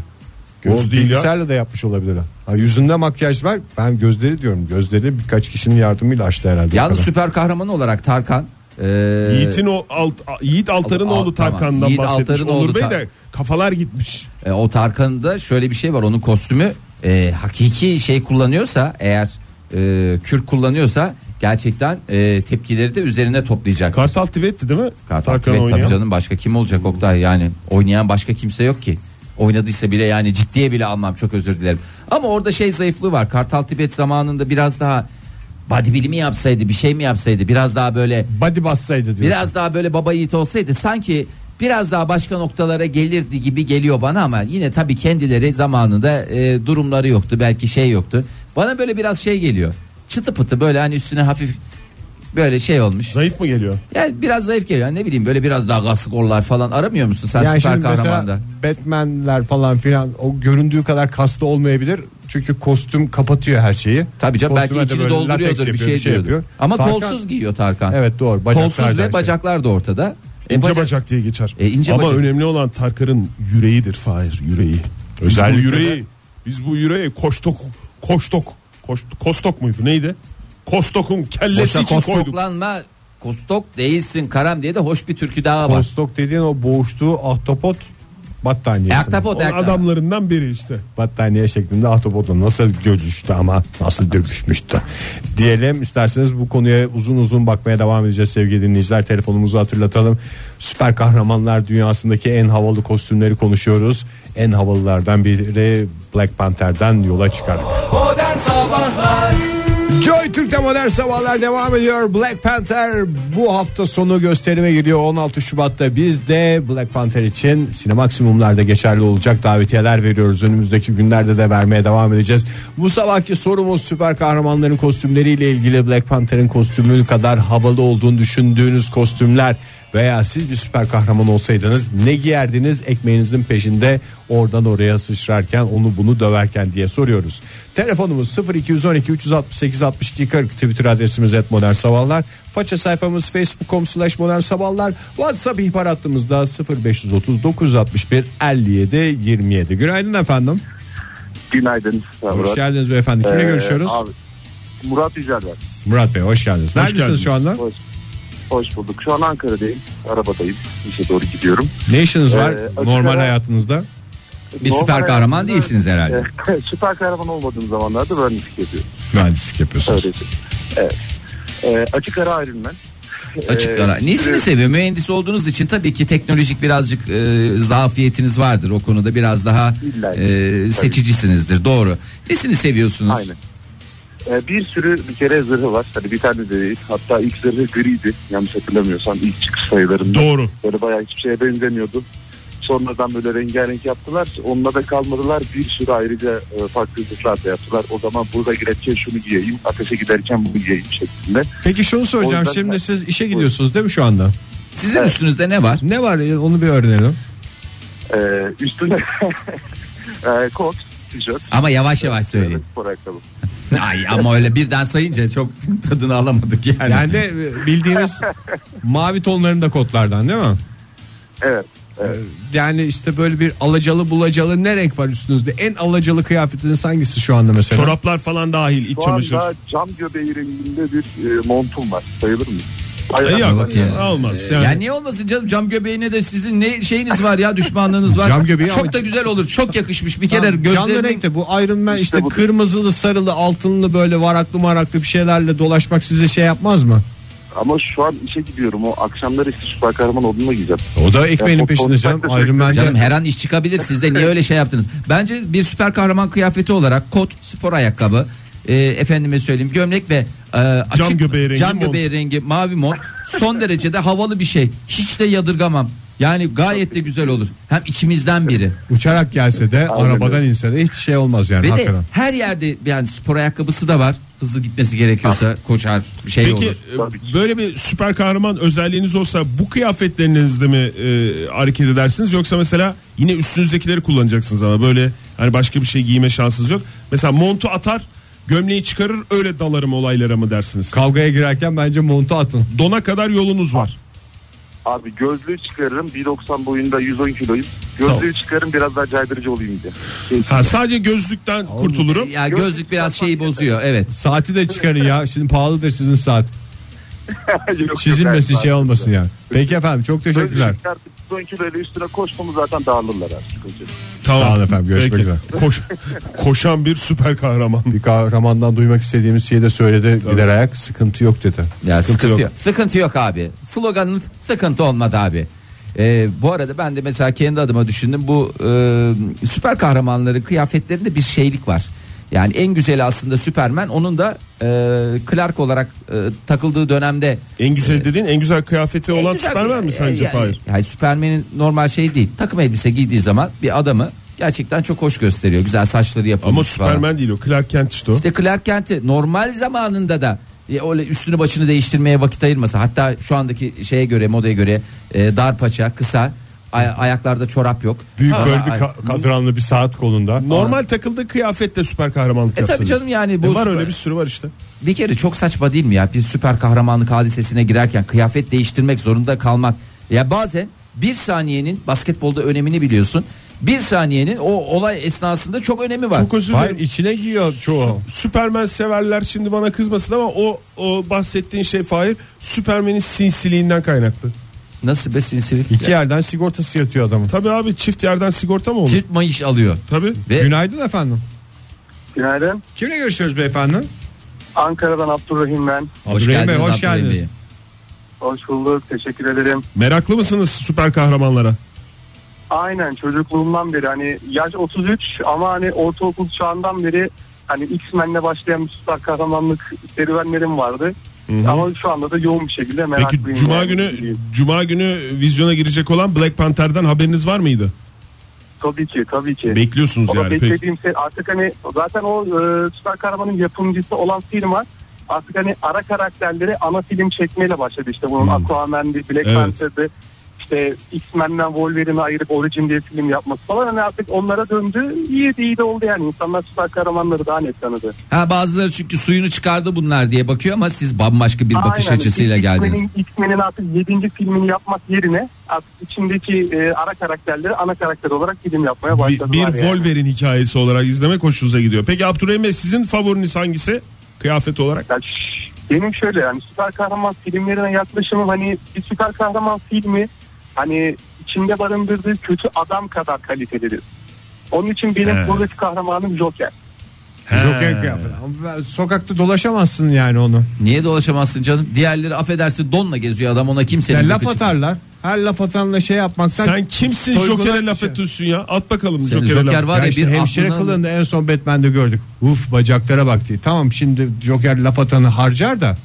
[SPEAKER 4] Göz
[SPEAKER 3] o
[SPEAKER 4] değil ya.
[SPEAKER 3] bilgisayarla da yapmış olabilir. Ha, yüzünde makyaj var. Ben gözleri diyorum. Gözleri birkaç kişinin yardımıyla açtı herhalde. o
[SPEAKER 2] Yalnız
[SPEAKER 3] kadar.
[SPEAKER 2] süper kahraman olarak Tarkan Ee,
[SPEAKER 4] Yiğit'in o alt, a- Yiğit Altar'ın
[SPEAKER 2] Al- al-
[SPEAKER 4] oğlu
[SPEAKER 2] tamam.
[SPEAKER 4] Tarkan'dan
[SPEAKER 2] Yiğit
[SPEAKER 4] bahsetmiş.
[SPEAKER 2] Altar'ın oğlu
[SPEAKER 4] Onur Bey
[SPEAKER 2] Tar-
[SPEAKER 4] de kafalar gitmiş.
[SPEAKER 2] E, o Tarkan'da şöyle bir şey var. Onun kostümü e, hakiki şey kullanıyorsa eğer e, kürk kullanıyorsa gerçekten e, tepkileri de üzerine toplayacak.
[SPEAKER 4] Kartal Tibet'ti değil mi?
[SPEAKER 2] Kartal
[SPEAKER 4] Tarkan
[SPEAKER 2] Tibet tabii
[SPEAKER 4] oynayan.
[SPEAKER 2] canım başka kim olacak Oktay yani oynayan başka kimse yok ki. Oynadıysa bile yani ciddiye bile almam çok özür dilerim. Ama orada şey zayıflığı var. Kartal Tibet zamanında biraz daha body bilimi yapsaydı bir şey mi yapsaydı biraz daha böyle
[SPEAKER 3] Body bassaydı diyor.
[SPEAKER 2] Biraz daha böyle baba yiğit olsaydı sanki biraz daha başka noktalara gelirdi gibi geliyor bana ama yine tabii kendileri zamanında e, durumları yoktu belki şey yoktu. Bana böyle biraz şey geliyor. Çıtı pıtı böyle hani üstüne hafif böyle şey olmuş.
[SPEAKER 4] Zayıf mı geliyor?
[SPEAKER 2] Yani biraz zayıf geliyor. Yani ne bileyim böyle biraz daha gaskollar falan aramıyor musun sen
[SPEAKER 3] yani
[SPEAKER 2] süper
[SPEAKER 3] şimdi
[SPEAKER 2] kahramanda?
[SPEAKER 3] mesela Batman'ler falan filan o göründüğü kadar kaslı olmayabilir. Çünkü kostüm kapatıyor her şeyi.
[SPEAKER 2] Tabii canım belki
[SPEAKER 3] Kostüme de
[SPEAKER 2] içini
[SPEAKER 3] böyle lateks
[SPEAKER 2] dolduruyordur
[SPEAKER 3] yapıyor,
[SPEAKER 2] bir şey, diyordur.
[SPEAKER 3] yapıyor.
[SPEAKER 2] Ama
[SPEAKER 3] Tarkan-
[SPEAKER 2] kolsuz giyiyor Tarkan.
[SPEAKER 3] Evet doğru. Bacaklar
[SPEAKER 2] kolsuz
[SPEAKER 3] da şey.
[SPEAKER 2] ve
[SPEAKER 3] işte.
[SPEAKER 2] bacaklar da ortada. E,
[SPEAKER 4] İnce
[SPEAKER 2] bacak-
[SPEAKER 4] bacak diye geçer.
[SPEAKER 2] E, ince
[SPEAKER 4] Ama
[SPEAKER 2] bacak.
[SPEAKER 4] önemli olan Tarkan'ın yüreğidir Fahir yüreği. Özel
[SPEAKER 3] Özellikle
[SPEAKER 4] yüreği. Biz bu yüreği koştok koştok koş, kostok muydu neydi? Kostok'un kellesi
[SPEAKER 2] Boşa
[SPEAKER 4] için koyduk.
[SPEAKER 2] kostoklanma kostok değilsin karam diye de hoş bir türkü daha var.
[SPEAKER 3] Kostok dediğin o boğuştuğu ahtapot battaniyesi.
[SPEAKER 2] Aktapot
[SPEAKER 4] Onun adamlarından biri işte.
[SPEAKER 3] battaniye şeklinde ahtapotla nasıl görüştü ama nasıl dövüşmüştü. Diyelim isterseniz bu konuya uzun uzun bakmaya devam edeceğiz sevgili dinleyiciler. Telefonumuzu hatırlatalım. Süper kahramanlar dünyasındaki en havalı kostümleri konuşuyoruz. En havalılardan biri Black Panther'dan yola çıkarak. Joy Türk'te modern sabahlar devam ediyor. Black Panther bu hafta sonu gösterime giriyor. 16 Şubat'ta biz de Black Panther için sinemaksimumlarda geçerli olacak davetiyeler veriyoruz. Önümüzdeki günlerde de vermeye devam edeceğiz. Bu sabahki sorumuz süper kahramanların kostümleriyle ilgili Black Panther'ın kostümü kadar havalı olduğunu düşündüğünüz kostümler veya siz bir süper kahraman olsaydınız ne giyerdiniz ekmeğinizin peşinde oradan oraya sıçrarken onu bunu döverken diye soruyoruz. Telefonumuz 0212 368 62 40 Twitter adresimiz et modern sabahlar. Faça sayfamız facebook.com slash modern sabahlar. Whatsapp ihbar hattımızda 0530 961 57 27. Günaydın efendim.
[SPEAKER 7] Günaydın.
[SPEAKER 3] Hoş geldiniz beyefendi. Kimle
[SPEAKER 7] Ee,
[SPEAKER 3] görüşüyoruz?
[SPEAKER 7] Abi, Murat Yücel ben.
[SPEAKER 3] Murat Bey hoş geldiniz. Neredesiniz
[SPEAKER 4] geldiniz.
[SPEAKER 3] şu anda?
[SPEAKER 7] Hoş, hoş bulduk. Şu an Ankara'dayım. Arabadayım. İşe doğru gidiyorum.
[SPEAKER 3] Ne işiniz var
[SPEAKER 7] Ee,
[SPEAKER 3] normal
[SPEAKER 7] açık ara-
[SPEAKER 3] hayatınızda?
[SPEAKER 2] Bir
[SPEAKER 7] Normal
[SPEAKER 2] süper kahraman
[SPEAKER 7] hayatımda-
[SPEAKER 2] değilsiniz herhalde.
[SPEAKER 7] Ee, süper kahraman olmadığım zamanlarda mühendislik yapıyorum.
[SPEAKER 3] Mühendislik yapıyorsunuz.
[SPEAKER 7] Öylece. Evet. Ee, açık ara ayrım ben.
[SPEAKER 2] Açık ara. Nesini seviyor? Mühendis olduğunuz için tabii ki teknolojik birazcık e, zafiyetiniz vardır. O konuda biraz daha
[SPEAKER 7] İlla ki.
[SPEAKER 2] e, seçicisinizdir. Doğru. Nesini seviyorsunuz?
[SPEAKER 7] Aynen. Ee, bir sürü bir kere zırhı var. Hani bir tane de değil. Hatta ilk zırhı griydi. Yanlış hatırlamıyorsam ilk çıkış sayılarında.
[SPEAKER 4] Doğru.
[SPEAKER 7] Böyle bayağı hiçbir şeye benzemiyordu. Sonradan böyle rengarenk yaptılar. Onunla da kalmadılar. Bir sürü ayrıca e, farklı zırhlar da yaptılar. O zaman burada girerken şunu giyeyim. Ateşe giderken bunu giyeyim şeklinde.
[SPEAKER 3] Peki şunu
[SPEAKER 7] O
[SPEAKER 3] soracağım.
[SPEAKER 7] yüzden
[SPEAKER 3] Şimdi
[SPEAKER 7] ben-
[SPEAKER 3] siz işe gidiyorsunuz değil mi şu anda?
[SPEAKER 2] Sizin
[SPEAKER 7] Evet.
[SPEAKER 2] üstünüzde ne var?
[SPEAKER 3] Ne var ya, onu bir öğrenelim.
[SPEAKER 7] Ee, üstüne e, kot, tişört.
[SPEAKER 2] Ama yavaş yavaş söyleyin.
[SPEAKER 7] Spor ayakkabı.
[SPEAKER 2] Ay ama öyle birden sayınca çok tadını alamadık yani.
[SPEAKER 3] Yani de e, bildiğiniz mavi tonlarında kotlardan değil mi?
[SPEAKER 7] Evet. evet.
[SPEAKER 3] Yani işte böyle bir alacalı bulacalı ne renk var üstünüzde? En alacalı kıyafetiniz hangisi şu anda mesela?
[SPEAKER 4] Çoraplar falan dahil iç
[SPEAKER 7] Şu
[SPEAKER 4] çamaşır.
[SPEAKER 7] anda cam göbeği renginde bir e, montum var. Sayılır mı?
[SPEAKER 4] Ay,
[SPEAKER 7] Hayır.
[SPEAKER 4] E, yok,
[SPEAKER 2] Bak ya.
[SPEAKER 4] Olmaz.
[SPEAKER 2] Yani.
[SPEAKER 4] Yani,
[SPEAKER 2] niye olmasın canım cam göbeğine de sizin ne şeyiniz var ya düşmanlığınız var.
[SPEAKER 3] Cam göbeği
[SPEAKER 2] çok
[SPEAKER 3] ama-
[SPEAKER 2] da güzel olur. Çok yakışmış bir kere
[SPEAKER 3] Tamam, Canlı
[SPEAKER 2] gözlerinin
[SPEAKER 3] renk de bu Iron Man işte,
[SPEAKER 7] budur.
[SPEAKER 3] kırmızılı sarılı altınlı böyle varaklı maraklı bir şeylerle dolaşmak size şey yapmaz mı?
[SPEAKER 7] Ama şu an işe gidiyorum. O akşamları işte süper kahraman olduğuma gideceğim.
[SPEAKER 3] O da ekmeğinin
[SPEAKER 7] Ya,
[SPEAKER 3] peşinde canım.
[SPEAKER 7] fotoğrafta
[SPEAKER 3] Iron Man'de
[SPEAKER 2] Canım her an iş çıkabilir sizde niye öyle şey yaptınız? Bence bir süper kahraman kıyafeti olarak kot, spor ayakkabı, e, efendime söyleyeyim gömlek ve e, açık
[SPEAKER 4] Cam göbeği rengi
[SPEAKER 2] cam
[SPEAKER 4] mont.
[SPEAKER 2] göbeği rengi mavi mont son derecede havalı bir şey. Hiç de yadırgamam. Yani gayet de güzel olur. Hem içimizden biri.
[SPEAKER 3] uçarak gelse de
[SPEAKER 7] Aynen
[SPEAKER 3] arabadan
[SPEAKER 7] öyle.
[SPEAKER 3] inse de hiç şey olmaz yani
[SPEAKER 2] Ve de
[SPEAKER 3] hakikaten.
[SPEAKER 2] her yerde yani spor ayakkabısı da var. Hızlı gitmesi gerekiyorsa koşar şey
[SPEAKER 4] Peki
[SPEAKER 2] olur.
[SPEAKER 4] e,
[SPEAKER 7] Tabii ki.
[SPEAKER 4] böyle bir süper kahraman özelliğiniz olsa bu kıyafetlerinizle mi e, hareket edersiniz yoksa mesela yine üstünüzdekileri kullanacaksınız ama böyle hani başka bir şey giyme şansınız yok. Mesela montu atar gömleği çıkarır öyle dalarım olaylara mı dersiniz?
[SPEAKER 3] Kavgaya girerken bence montu atın.
[SPEAKER 4] Dona kadar yolunuz var.
[SPEAKER 7] Abi gözlüğü çıkarırım. 1.90 boyunda 110 kiloyum. Gözlüğü
[SPEAKER 4] Tamam.
[SPEAKER 7] çıkarırım biraz daha caydırıcı olayım diye. Şey,
[SPEAKER 4] Ha, sadece gözlükten kurtulurum.
[SPEAKER 2] Ya gözlük biraz şeyi bozuyor evet.
[SPEAKER 3] Saati de çıkarın ya. Şimdi pahalıdır sizin saat.
[SPEAKER 7] Yok, yok,
[SPEAKER 3] Çizilmesin
[SPEAKER 7] yani
[SPEAKER 3] şey olmasın
[SPEAKER 7] sadece.
[SPEAKER 3] yani. Peki efendim çok teşekkürler.
[SPEAKER 7] Çocuklar 10 kiloyla üstüne koştu mu zaten dağılırlar artık.
[SPEAKER 4] Tamam.
[SPEAKER 3] Sağ olun efendim, görüşmek
[SPEAKER 4] Peki.
[SPEAKER 3] üzere.
[SPEAKER 4] Koş, koşan bir süper kahraman.
[SPEAKER 3] Bir kahramandan duymak istediğimiz şeyi de söyledi. Gider ayak sıkıntı yok dedi.
[SPEAKER 2] Ya sıkıntı,
[SPEAKER 4] yok.
[SPEAKER 2] yok. Sıkıntı yok abi. Sloganın sıkıntı olmadı abi. Ee, bu arada ben de mesela kendi adıma düşündüm. Bu e, süper kahramanların kıyafetlerinde bir şeylik var. Yani en güzeli aslında Superman. Onun da e, Clark olarak e, takıldığı dönemde
[SPEAKER 4] En güzel dediğin en güzel kıyafeti
[SPEAKER 2] En
[SPEAKER 4] olan
[SPEAKER 2] güzel
[SPEAKER 4] Superman
[SPEAKER 2] bir-
[SPEAKER 4] mi sence
[SPEAKER 2] yani-
[SPEAKER 4] Fahir?
[SPEAKER 2] Yani Superman'in normal şey değil. Takım elbise giydiği zaman bir adamı gerçekten çok hoş gösteriyor. Güzel saçları yapılmış
[SPEAKER 4] Ama
[SPEAKER 2] falan.
[SPEAKER 4] Superman değil o. Clark Kent işte o.
[SPEAKER 2] İşte Clark Kent'i normal zamanında da e, öyle üstünü başını değiştirmeye vakit ayırmasa hatta şu andaki şeye göre modaya göre e, dar paça kısa ay- ayaklarda çorap yok.
[SPEAKER 3] Büyük
[SPEAKER 2] Ama-
[SPEAKER 3] böyle bir
[SPEAKER 2] ay- E,
[SPEAKER 3] ka- kadranlı bir saat kolunda.
[SPEAKER 4] Normal takıldığı kıyafetle süper kahramanlık
[SPEAKER 2] E tabii
[SPEAKER 4] yapsanız.
[SPEAKER 2] canım yani bu
[SPEAKER 4] E var
[SPEAKER 2] süper-
[SPEAKER 4] öyle bir sürü var işte.
[SPEAKER 2] bir kere çok saçma değil mi ya? Biz süper kahramanlık hadisesine girerken kıyafet değiştirmek zorunda kalmak. Ya bazen bir saniyenin basketbolda önemini biliyorsun. Bir saniyenin o olay esnasında çok önemi var.
[SPEAKER 4] Çok özür
[SPEAKER 3] Hayır
[SPEAKER 4] dilerim.
[SPEAKER 3] içine giyiyor çoğu.
[SPEAKER 4] Süpermen severler şimdi bana kızmasın ama o o bahsettiğin şey Fahir Süpermen'in sinsiliğinden kaynaklı.
[SPEAKER 2] Nasıl be sinsilik?
[SPEAKER 3] İki
[SPEAKER 2] Ya,
[SPEAKER 3] yerden sigortası yatıyor adamın.
[SPEAKER 4] Tabii abi çift yerden sigorta mı olur?
[SPEAKER 2] Çift mayış alıyor.
[SPEAKER 4] Tabii.
[SPEAKER 2] Ve
[SPEAKER 3] Günaydın efendim.
[SPEAKER 7] Günaydın.
[SPEAKER 3] Kimle görüşüyoruz beyefendi?
[SPEAKER 7] Ankara'dan Abdurrahim ben.
[SPEAKER 2] hoş
[SPEAKER 3] Abdurrahim Bey,
[SPEAKER 2] geldiniz.
[SPEAKER 3] hoş
[SPEAKER 2] Abdurrahim
[SPEAKER 3] geldiniz.
[SPEAKER 2] Bey.
[SPEAKER 7] Hoş bulduk. Teşekkür ederim.
[SPEAKER 4] Meraklı mısınız süper kahramanlara?
[SPEAKER 7] Aynen çocukluğumdan beri hani yaş 33 ama hani ortaokul çağından beri hani X-Men'le başlayan bir süper kahramanlık serüvenlerim vardı. Ama şu anda da yoğun bir şekilde
[SPEAKER 4] Peki
[SPEAKER 7] meraklıyım.
[SPEAKER 4] cuma
[SPEAKER 7] yani.
[SPEAKER 4] günü cuma günü vizyona girecek olan Black Panther'dan haberiniz var mıydı?
[SPEAKER 7] Tabii ki tabii ki.
[SPEAKER 4] Bekliyorsunuz
[SPEAKER 7] O da
[SPEAKER 4] yani. Peki.
[SPEAKER 7] beklediğim şey artık hani zaten o e, süper kahramanın yapımcısı olan firma artık hani ara karakterleri ana film çekmeyle başladı işte bunun Aquaman'di, Black
[SPEAKER 4] Hmm. Evet.
[SPEAKER 7] Panther'dı işte X-Men'den Wolverine'i ayırıp Origin diye film yapması falan hani artık onlara döndü iyi de iyi de oldu yani insanlar süper kahramanları daha net tanıdı.
[SPEAKER 2] Ha bazıları çünkü suyunu çıkardı bunlar diye bakıyor ama siz bambaşka bir bakış
[SPEAKER 7] Aynen. hani-
[SPEAKER 2] açısıyla
[SPEAKER 7] X-Men'in-
[SPEAKER 2] geldiniz.
[SPEAKER 7] X-Men'in artık 7. filmini yapmak yerine artık içindeki e, ara karakterleri ana karakter olarak film yapmaya
[SPEAKER 4] Bir,
[SPEAKER 7] başladılar.
[SPEAKER 4] bir
[SPEAKER 7] yani.
[SPEAKER 4] Wolverine hikayesi olarak izlemek hoşunuza gidiyor. Peki Abdurrahim Bey sizin favoriniz hangisi? Kıyafet olarak.
[SPEAKER 7] Ya şş, benim şöyle yani süper kahraman filmlerine yaklaşımım hani bir süper kahraman filmi hani içinde barındırdığı kötü adam kadar kalitelidir. Onun için benim
[SPEAKER 4] He.
[SPEAKER 7] buradaki kahramanım Joker.
[SPEAKER 3] Joker kıyafeti. Ama ben- Sokakta dolaşamazsın yani onu.
[SPEAKER 2] Niye dolaşamazsın canım? Diğerleri affedersin donla geziyor adam ona kimsenin
[SPEAKER 3] Yani
[SPEAKER 2] bir
[SPEAKER 3] laf
[SPEAKER 2] kıçı-
[SPEAKER 3] atarlar. Her laf atanla şey yapmaktan.
[SPEAKER 4] Sen kimsin
[SPEAKER 3] Soygulan
[SPEAKER 4] Joker'e laf
[SPEAKER 3] kişi.
[SPEAKER 4] ediyorsun ya? At bakalım
[SPEAKER 2] Senin
[SPEAKER 4] Joker'e
[SPEAKER 2] Joker
[SPEAKER 4] laf.
[SPEAKER 2] var
[SPEAKER 3] Ya
[SPEAKER 2] ya
[SPEAKER 3] işte
[SPEAKER 2] bir
[SPEAKER 3] hemşire
[SPEAKER 2] aklına-
[SPEAKER 3] kılığında en son Batman'de gördük. Uf bacaklara bak diye. Tamam şimdi Joker laf atanı harcar da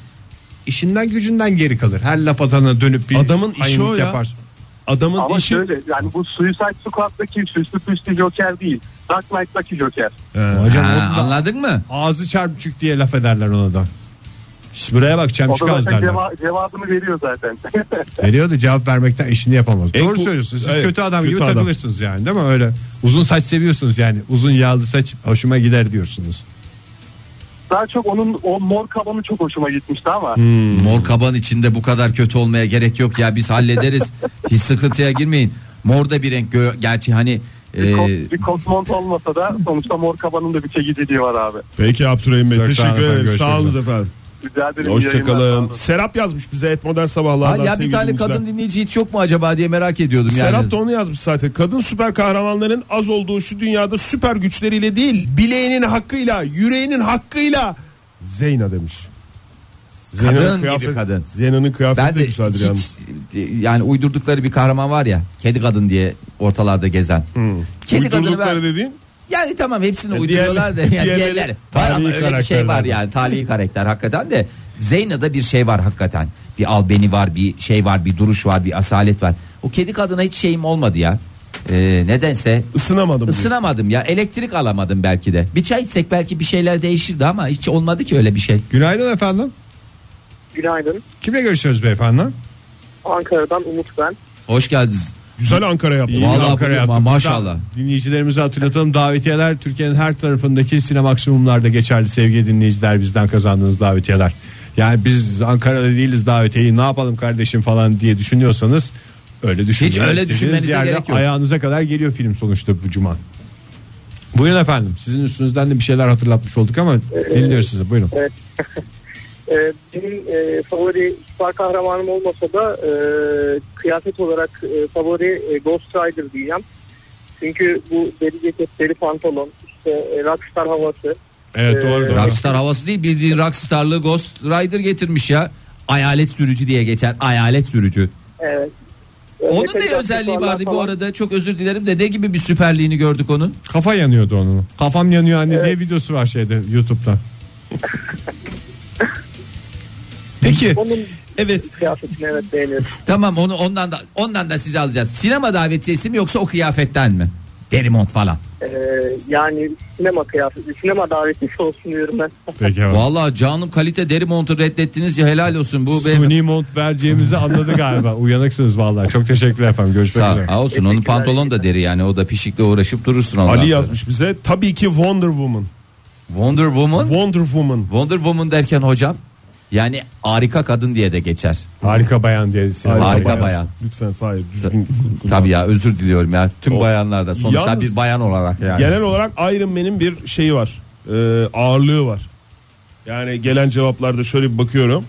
[SPEAKER 3] işinden gücünden geri kalır. Her laf atana dönüp bir
[SPEAKER 4] Adamın işi
[SPEAKER 3] ayınlık
[SPEAKER 4] o ya.
[SPEAKER 3] yapar.
[SPEAKER 4] Adamın
[SPEAKER 7] Ama
[SPEAKER 4] işi
[SPEAKER 7] şöyle yani bu Suicide Squad'daki süslü püslü Joker değil. Dark Knight'daki Joker.
[SPEAKER 3] Hocam
[SPEAKER 2] Ha,
[SPEAKER 3] o da
[SPEAKER 2] anladın mı?
[SPEAKER 3] ağzı çarpıcık diye laf ederler ona da. Şş, buraya bak
[SPEAKER 7] O
[SPEAKER 3] çemçik
[SPEAKER 7] da
[SPEAKER 3] ağız
[SPEAKER 7] zaten
[SPEAKER 3] derler.
[SPEAKER 7] ceva- cevabını veriyor zaten.
[SPEAKER 3] Veriyor da cevap vermekten işini yapamaz.
[SPEAKER 4] En
[SPEAKER 3] Doğru
[SPEAKER 4] ku-
[SPEAKER 3] söylüyorsun. Siz
[SPEAKER 4] E, Evet,
[SPEAKER 3] kötü adam
[SPEAKER 4] kötü
[SPEAKER 3] gibi
[SPEAKER 4] adam.
[SPEAKER 3] takılırsınız yani değil mi? Öyle uzun saç seviyorsunuz yani. Uzun yağlı saç hoşuma gider diyorsunuz.
[SPEAKER 7] Daha çok onun o mor kabanı çok hoşuma gitmişti ama.
[SPEAKER 2] Hmm. Mor kaban içinde bu kadar kötü olmaya gerek yok ya biz hallederiz. Hiç sıkıntıya girmeyin. Mor da bir renk gö- gerçi hani
[SPEAKER 7] Bir, kot,
[SPEAKER 2] e,
[SPEAKER 7] bir kosmont olmasa da sonuçta mor kabanın da bir çekiciliği var abi.
[SPEAKER 4] Peki Abdurrahim Bey
[SPEAKER 3] Çok sağ olun
[SPEAKER 4] teşekkür
[SPEAKER 3] efendim,
[SPEAKER 4] ederim.
[SPEAKER 3] görüşmek
[SPEAKER 4] Sağ olun
[SPEAKER 3] üzere.
[SPEAKER 4] efendim.
[SPEAKER 7] Rica ederim. iyi yayınlar, sağ
[SPEAKER 4] Hoşçakalın.
[SPEAKER 7] olun.
[SPEAKER 4] Serap yazmış bize et modern sabahlardan.
[SPEAKER 2] Aa, ya bir
[SPEAKER 4] sevgili
[SPEAKER 2] tane
[SPEAKER 4] dinleyiciler.
[SPEAKER 2] kadın dinleyici hiç yok mu acaba diye merak ediyordum yani.
[SPEAKER 4] Serap da onu yazmış zaten. Kadın süper kahramanların az olduğu şu dünyada süper güçleriyle değil bileğinin hakkıyla yüreğinin hakkıyla Zeyna demiş.
[SPEAKER 2] Kadın
[SPEAKER 4] Zeyna'nın
[SPEAKER 2] gibi kadın.
[SPEAKER 4] Zeyna'nın kıyafeti
[SPEAKER 2] ben
[SPEAKER 4] de,
[SPEAKER 2] de
[SPEAKER 4] güzeldir
[SPEAKER 2] hiç,
[SPEAKER 4] yalnız.
[SPEAKER 2] e, yani uydurdukları bir kahraman var ya kedi kadın diye ortalarda gezen. Kedi kadını ben-
[SPEAKER 4] Hmm. Uydurdukları dediğin
[SPEAKER 2] Yani tamam hepsini
[SPEAKER 4] Ya
[SPEAKER 2] uyduruyorlar da
[SPEAKER 4] diğerleri-
[SPEAKER 2] yani
[SPEAKER 4] diğerleri
[SPEAKER 2] diğerleri var ama
[SPEAKER 4] tarihi
[SPEAKER 2] öyle bir şey var
[SPEAKER 4] karakterler.
[SPEAKER 2] yani talihi karakter hakikaten de Zeyna'da bir şey var hakikaten. Bir albeni var, bir şey var, bir duruş var, bir asalet var. O kedi kadına hiç şeyim olmadı ya. Ee, nedense
[SPEAKER 4] ısınamadım. diyor.
[SPEAKER 2] ısınamadım ya. Elektrik alamadım belki de. Bir çay içsek belki bir şeyler değişirdi ama hiç olmadı ki öyle bir şey.
[SPEAKER 3] Günaydın efendim.
[SPEAKER 8] Günaydın.
[SPEAKER 3] Kimle görüşüyoruz beyefendi?
[SPEAKER 8] Ankara'dan Umut ben.
[SPEAKER 2] Hoş geldiniz.
[SPEAKER 4] Güzel Ankara yaptı.
[SPEAKER 3] İyi
[SPEAKER 2] Vallahi
[SPEAKER 3] Ankara
[SPEAKER 2] bugün
[SPEAKER 3] yaptım.
[SPEAKER 2] ma- maşallah.
[SPEAKER 3] Dinleyicilerimize hatırlatalım davetiyeler Türkiye'nin her tarafındaki sine maksimumlarda geçerli sevgili dinleyiciler bizden kazandığınız davetiyeler. Yani biz Ankara'da değiliz davetiyeyi ne yapalım kardeşim falan diye düşünüyorsanız öyle düşünmeyin.
[SPEAKER 2] Hiç öyle
[SPEAKER 3] İstediğiniz
[SPEAKER 2] düşünmenize gerek yok.
[SPEAKER 3] Ayağınıza kadar geliyor film sonuçta bu cuma. Buyurun efendim sizin üstünüzden de bir şeyler hatırlatmış olduk ama dinliyoruz sizi buyurun.
[SPEAKER 8] Ee, benim e, favori süper kahramanım olmasa da e, kıyafet olarak e, favori e, Ghost Rider diyeceğim. Çünkü bu deri ceket, deri pantolon, işte e, rockstar havası.
[SPEAKER 4] Evet doğru doğru.
[SPEAKER 2] Rockstar havası değil bildiğin rockstarlığı Ghost Rider getirmiş ya. Ayalet sürücü diye geçer. Ayalet sürücü.
[SPEAKER 8] Evet.
[SPEAKER 2] Onun
[SPEAKER 8] Metal
[SPEAKER 2] ne özelliği
[SPEAKER 8] aksesuarlar
[SPEAKER 2] vardı bu
[SPEAKER 8] falan.
[SPEAKER 2] arada? Çok özür dilerim de ne gibi bir süperliğini gördük onun?
[SPEAKER 3] Kafa yanıyordu onun. Kafam yanıyor anne diye videosu var şeyde YouTube'da.
[SPEAKER 9] Peki.
[SPEAKER 8] Onun
[SPEAKER 9] Evet.
[SPEAKER 8] kıyafetini evet beğeniyorum.
[SPEAKER 2] Tamam onu ondan da ondan da size alacağız. Sinema davetiyesi mi yoksa o kıyafetten mi? Deri mont falan.
[SPEAKER 8] Ee, yani sinema kıyafeti, sinema davetlisi olsun diyorum ben.
[SPEAKER 3] Peki evet.
[SPEAKER 2] Vallahi canım kalite deri montu reddettiniz ya helal olsun bu beyefendi.
[SPEAKER 3] Suni mont vereceğimizi anladı galiba. Uyanıksınız vallahi. Çok teşekkürler efendim. Görüşmek
[SPEAKER 2] Sağ
[SPEAKER 3] üzere.
[SPEAKER 2] ha olsun onun pantolon da deri yani o da pişikle uğraşıp durursun ondan
[SPEAKER 4] Ali
[SPEAKER 2] sonra.
[SPEAKER 4] yazmış bize tabii ki Wonder Woman.
[SPEAKER 2] Wonder Woman.
[SPEAKER 4] Wonder Woman.
[SPEAKER 2] Wonder Woman derken hocam yani harika kadın diye de geçer.
[SPEAKER 3] Harika bayan diye. sinema-
[SPEAKER 2] Harika bayan.
[SPEAKER 4] Lütfen Fahir düzgün.
[SPEAKER 2] Tabii ya özür diliyorum ya tüm
[SPEAKER 4] O-
[SPEAKER 2] bayanlarda sonuçta
[SPEAKER 4] Yalnız-
[SPEAKER 2] bir bayan olarak yani.
[SPEAKER 4] Genel olarak Iron Man'in bir şeyi var. Ee, ağırlığı var. Yani gelen cevaplarda şöyle bir bakıyorum.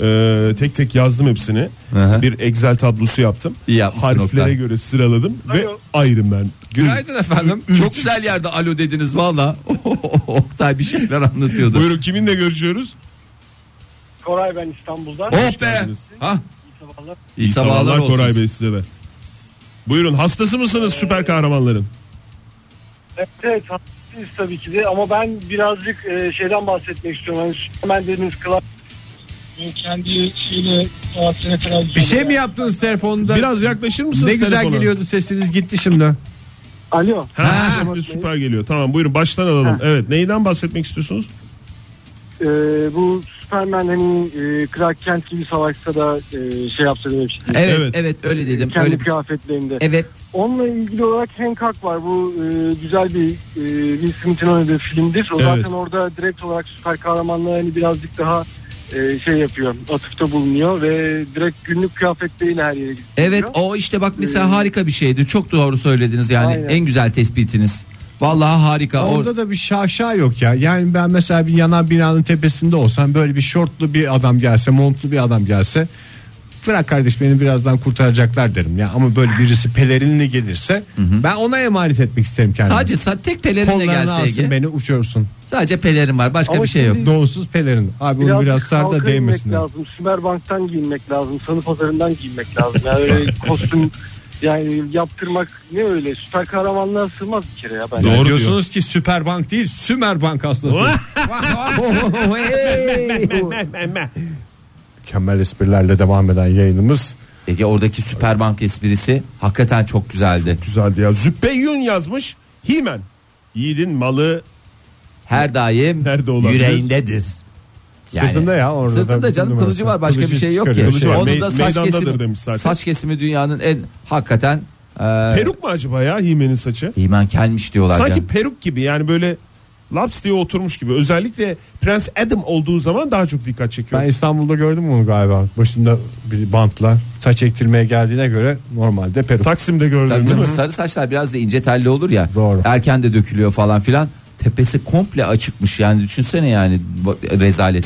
[SPEAKER 4] Ee, tek tek yazdım hepsini.
[SPEAKER 2] Aha.
[SPEAKER 4] Bir Excel tablosu yaptım.
[SPEAKER 2] İyi yapmışsın
[SPEAKER 4] Harflere
[SPEAKER 2] Oktay.
[SPEAKER 4] göre sıraladım ve Iron Man.
[SPEAKER 2] Günaydın efendim. Çok güzel yerde alo dediniz valla. Oktay bir şeyler anlatıyordu.
[SPEAKER 4] Buyurun kiminle görüşüyoruz?
[SPEAKER 7] Koray ben İstanbul'dan.
[SPEAKER 2] Oh be.
[SPEAKER 4] geldiniz.
[SPEAKER 2] Ha? İyi
[SPEAKER 4] İyi
[SPEAKER 2] sabahlar,
[SPEAKER 4] sabahlar
[SPEAKER 2] olsun.
[SPEAKER 4] Koray Bey size de. Buyurun hastası mısınız
[SPEAKER 7] Ee,
[SPEAKER 4] süper kahramanların?
[SPEAKER 7] Evet, evet haklısınız tabii ki de ama ben birazcık e, şeyden bahsetmek istiyorum. Hani hemen dediniz klas e, kendi şeyle saatine
[SPEAKER 3] Bir şey mi yaptınız telefonda?
[SPEAKER 4] Biraz yaklaşır mısınız
[SPEAKER 3] ne güzel
[SPEAKER 4] telefona?
[SPEAKER 3] geliyordu sesiniz gitti şimdi.
[SPEAKER 7] Alo.
[SPEAKER 4] Ha, şimdi süper geliyor. Tamam buyurun baştan alalım. Evet neyden bahsetmek istiyorsunuz?
[SPEAKER 7] E, bu Superman hani e, Clark Kent gibi savaşsa da e, şey yapsa demiştim.
[SPEAKER 2] Evet, evet
[SPEAKER 4] Evet.
[SPEAKER 2] öyle dedim.
[SPEAKER 7] Kendi
[SPEAKER 2] Öyle bir-
[SPEAKER 7] kıyafetlerinde.
[SPEAKER 2] Evet.
[SPEAKER 7] Onunla ilgili olarak Hank Hawk var. Bu e, güzel bir e, Will Smith'in oynadığı filmdir. O
[SPEAKER 4] Evet.
[SPEAKER 7] zaten orada direkt olarak süper kahramanlara hani birazcık daha e, şey yapıyor. Atıfta bulunuyor ve direkt günlük kıyafetleriyle her yere gidiyor.
[SPEAKER 2] Evet o işte bak mesela
[SPEAKER 7] Ee,
[SPEAKER 2] harika bir şeydi. Çok doğru söylediniz yani.
[SPEAKER 7] Aynen.
[SPEAKER 2] En güzel tespitiniz. Vallahi harika. Or-
[SPEAKER 3] Orada da bir şaşa yok ya. Yani ben mesela bir yanan binanın tepesinde olsam böyle bir şortlu bir adam gelse, montlu bir adam gelse bırak kardeş beni birazdan kurtaracaklar derim ya. Ama böyle birisi pelerinle gelirse ben ona emanet etmek isterim kendimi.
[SPEAKER 2] Sadece sa- tek pelerinle
[SPEAKER 3] kollarını
[SPEAKER 2] gelse
[SPEAKER 3] alsın
[SPEAKER 2] Ege.
[SPEAKER 3] beni uçuyorsun.
[SPEAKER 2] Sadece pelerin var. Başka
[SPEAKER 7] Ama
[SPEAKER 2] bir şey yok.
[SPEAKER 7] şimdi-
[SPEAKER 3] Donsuz pelerin. Abi onu biraz sar da
[SPEAKER 7] halka
[SPEAKER 3] değmesin.
[SPEAKER 7] inmek lazım. Sümerbank'tan giyinmek lazım. Salı pazarından giyinmek lazım. Yani öyle kostüm yani yaptırmak ne öyle süper kahramanlığa sığmaz bir kere ya bence.
[SPEAKER 4] Doğru
[SPEAKER 3] diyorsunuz ki Süperbank değil Sümerbank hastası. Mükemmel esprilerle devam eden yayınımız.
[SPEAKER 2] Ege oradaki Süperbank esprisi hakikaten çok güzeldi.
[SPEAKER 4] Güzeldi ya. Zübbeyyun yazmış. Himen. Yiğidin malı
[SPEAKER 2] Her daim
[SPEAKER 4] Nerede olabilir?
[SPEAKER 2] yüreğindedir.
[SPEAKER 3] Sırtında ya, orada da
[SPEAKER 2] Sırtında
[SPEAKER 3] bütün
[SPEAKER 2] canım
[SPEAKER 3] numarası.
[SPEAKER 2] kılıcı var başka
[SPEAKER 3] Kılıcı
[SPEAKER 2] bir şey yok ki.
[SPEAKER 3] çıkarıyor,
[SPEAKER 4] şey var.
[SPEAKER 2] Onun
[SPEAKER 4] Me-
[SPEAKER 2] da saç
[SPEAKER 4] meydandadır
[SPEAKER 2] kesimi,
[SPEAKER 4] demiş zaten.
[SPEAKER 2] saç kesimi dünyanın en hakikaten e,
[SPEAKER 4] Peruk mu acaba ya Hime'nin saçı?
[SPEAKER 2] iman kelmiş diyorlar.
[SPEAKER 4] Sanki
[SPEAKER 2] ya.
[SPEAKER 4] peruk gibi yani böyle laps diye oturmuş gibi. Özellikle Prens Adam olduğu zaman daha çok dikkat çekiyor.
[SPEAKER 3] Ben İstanbul'da gördüm onu galiba. Başında bir bantla saç ektirmeye geldiğine göre normalde peruk.
[SPEAKER 4] Taksim'de gördüm
[SPEAKER 2] Tabii
[SPEAKER 4] değil mi?
[SPEAKER 2] tabii, sarı saçlar biraz da ince telli olur ya.
[SPEAKER 3] Doğru.
[SPEAKER 2] Erken de dökülüyor falan filan. Tepesi komple açıkmış yani düşünsene yani bu- rezalet.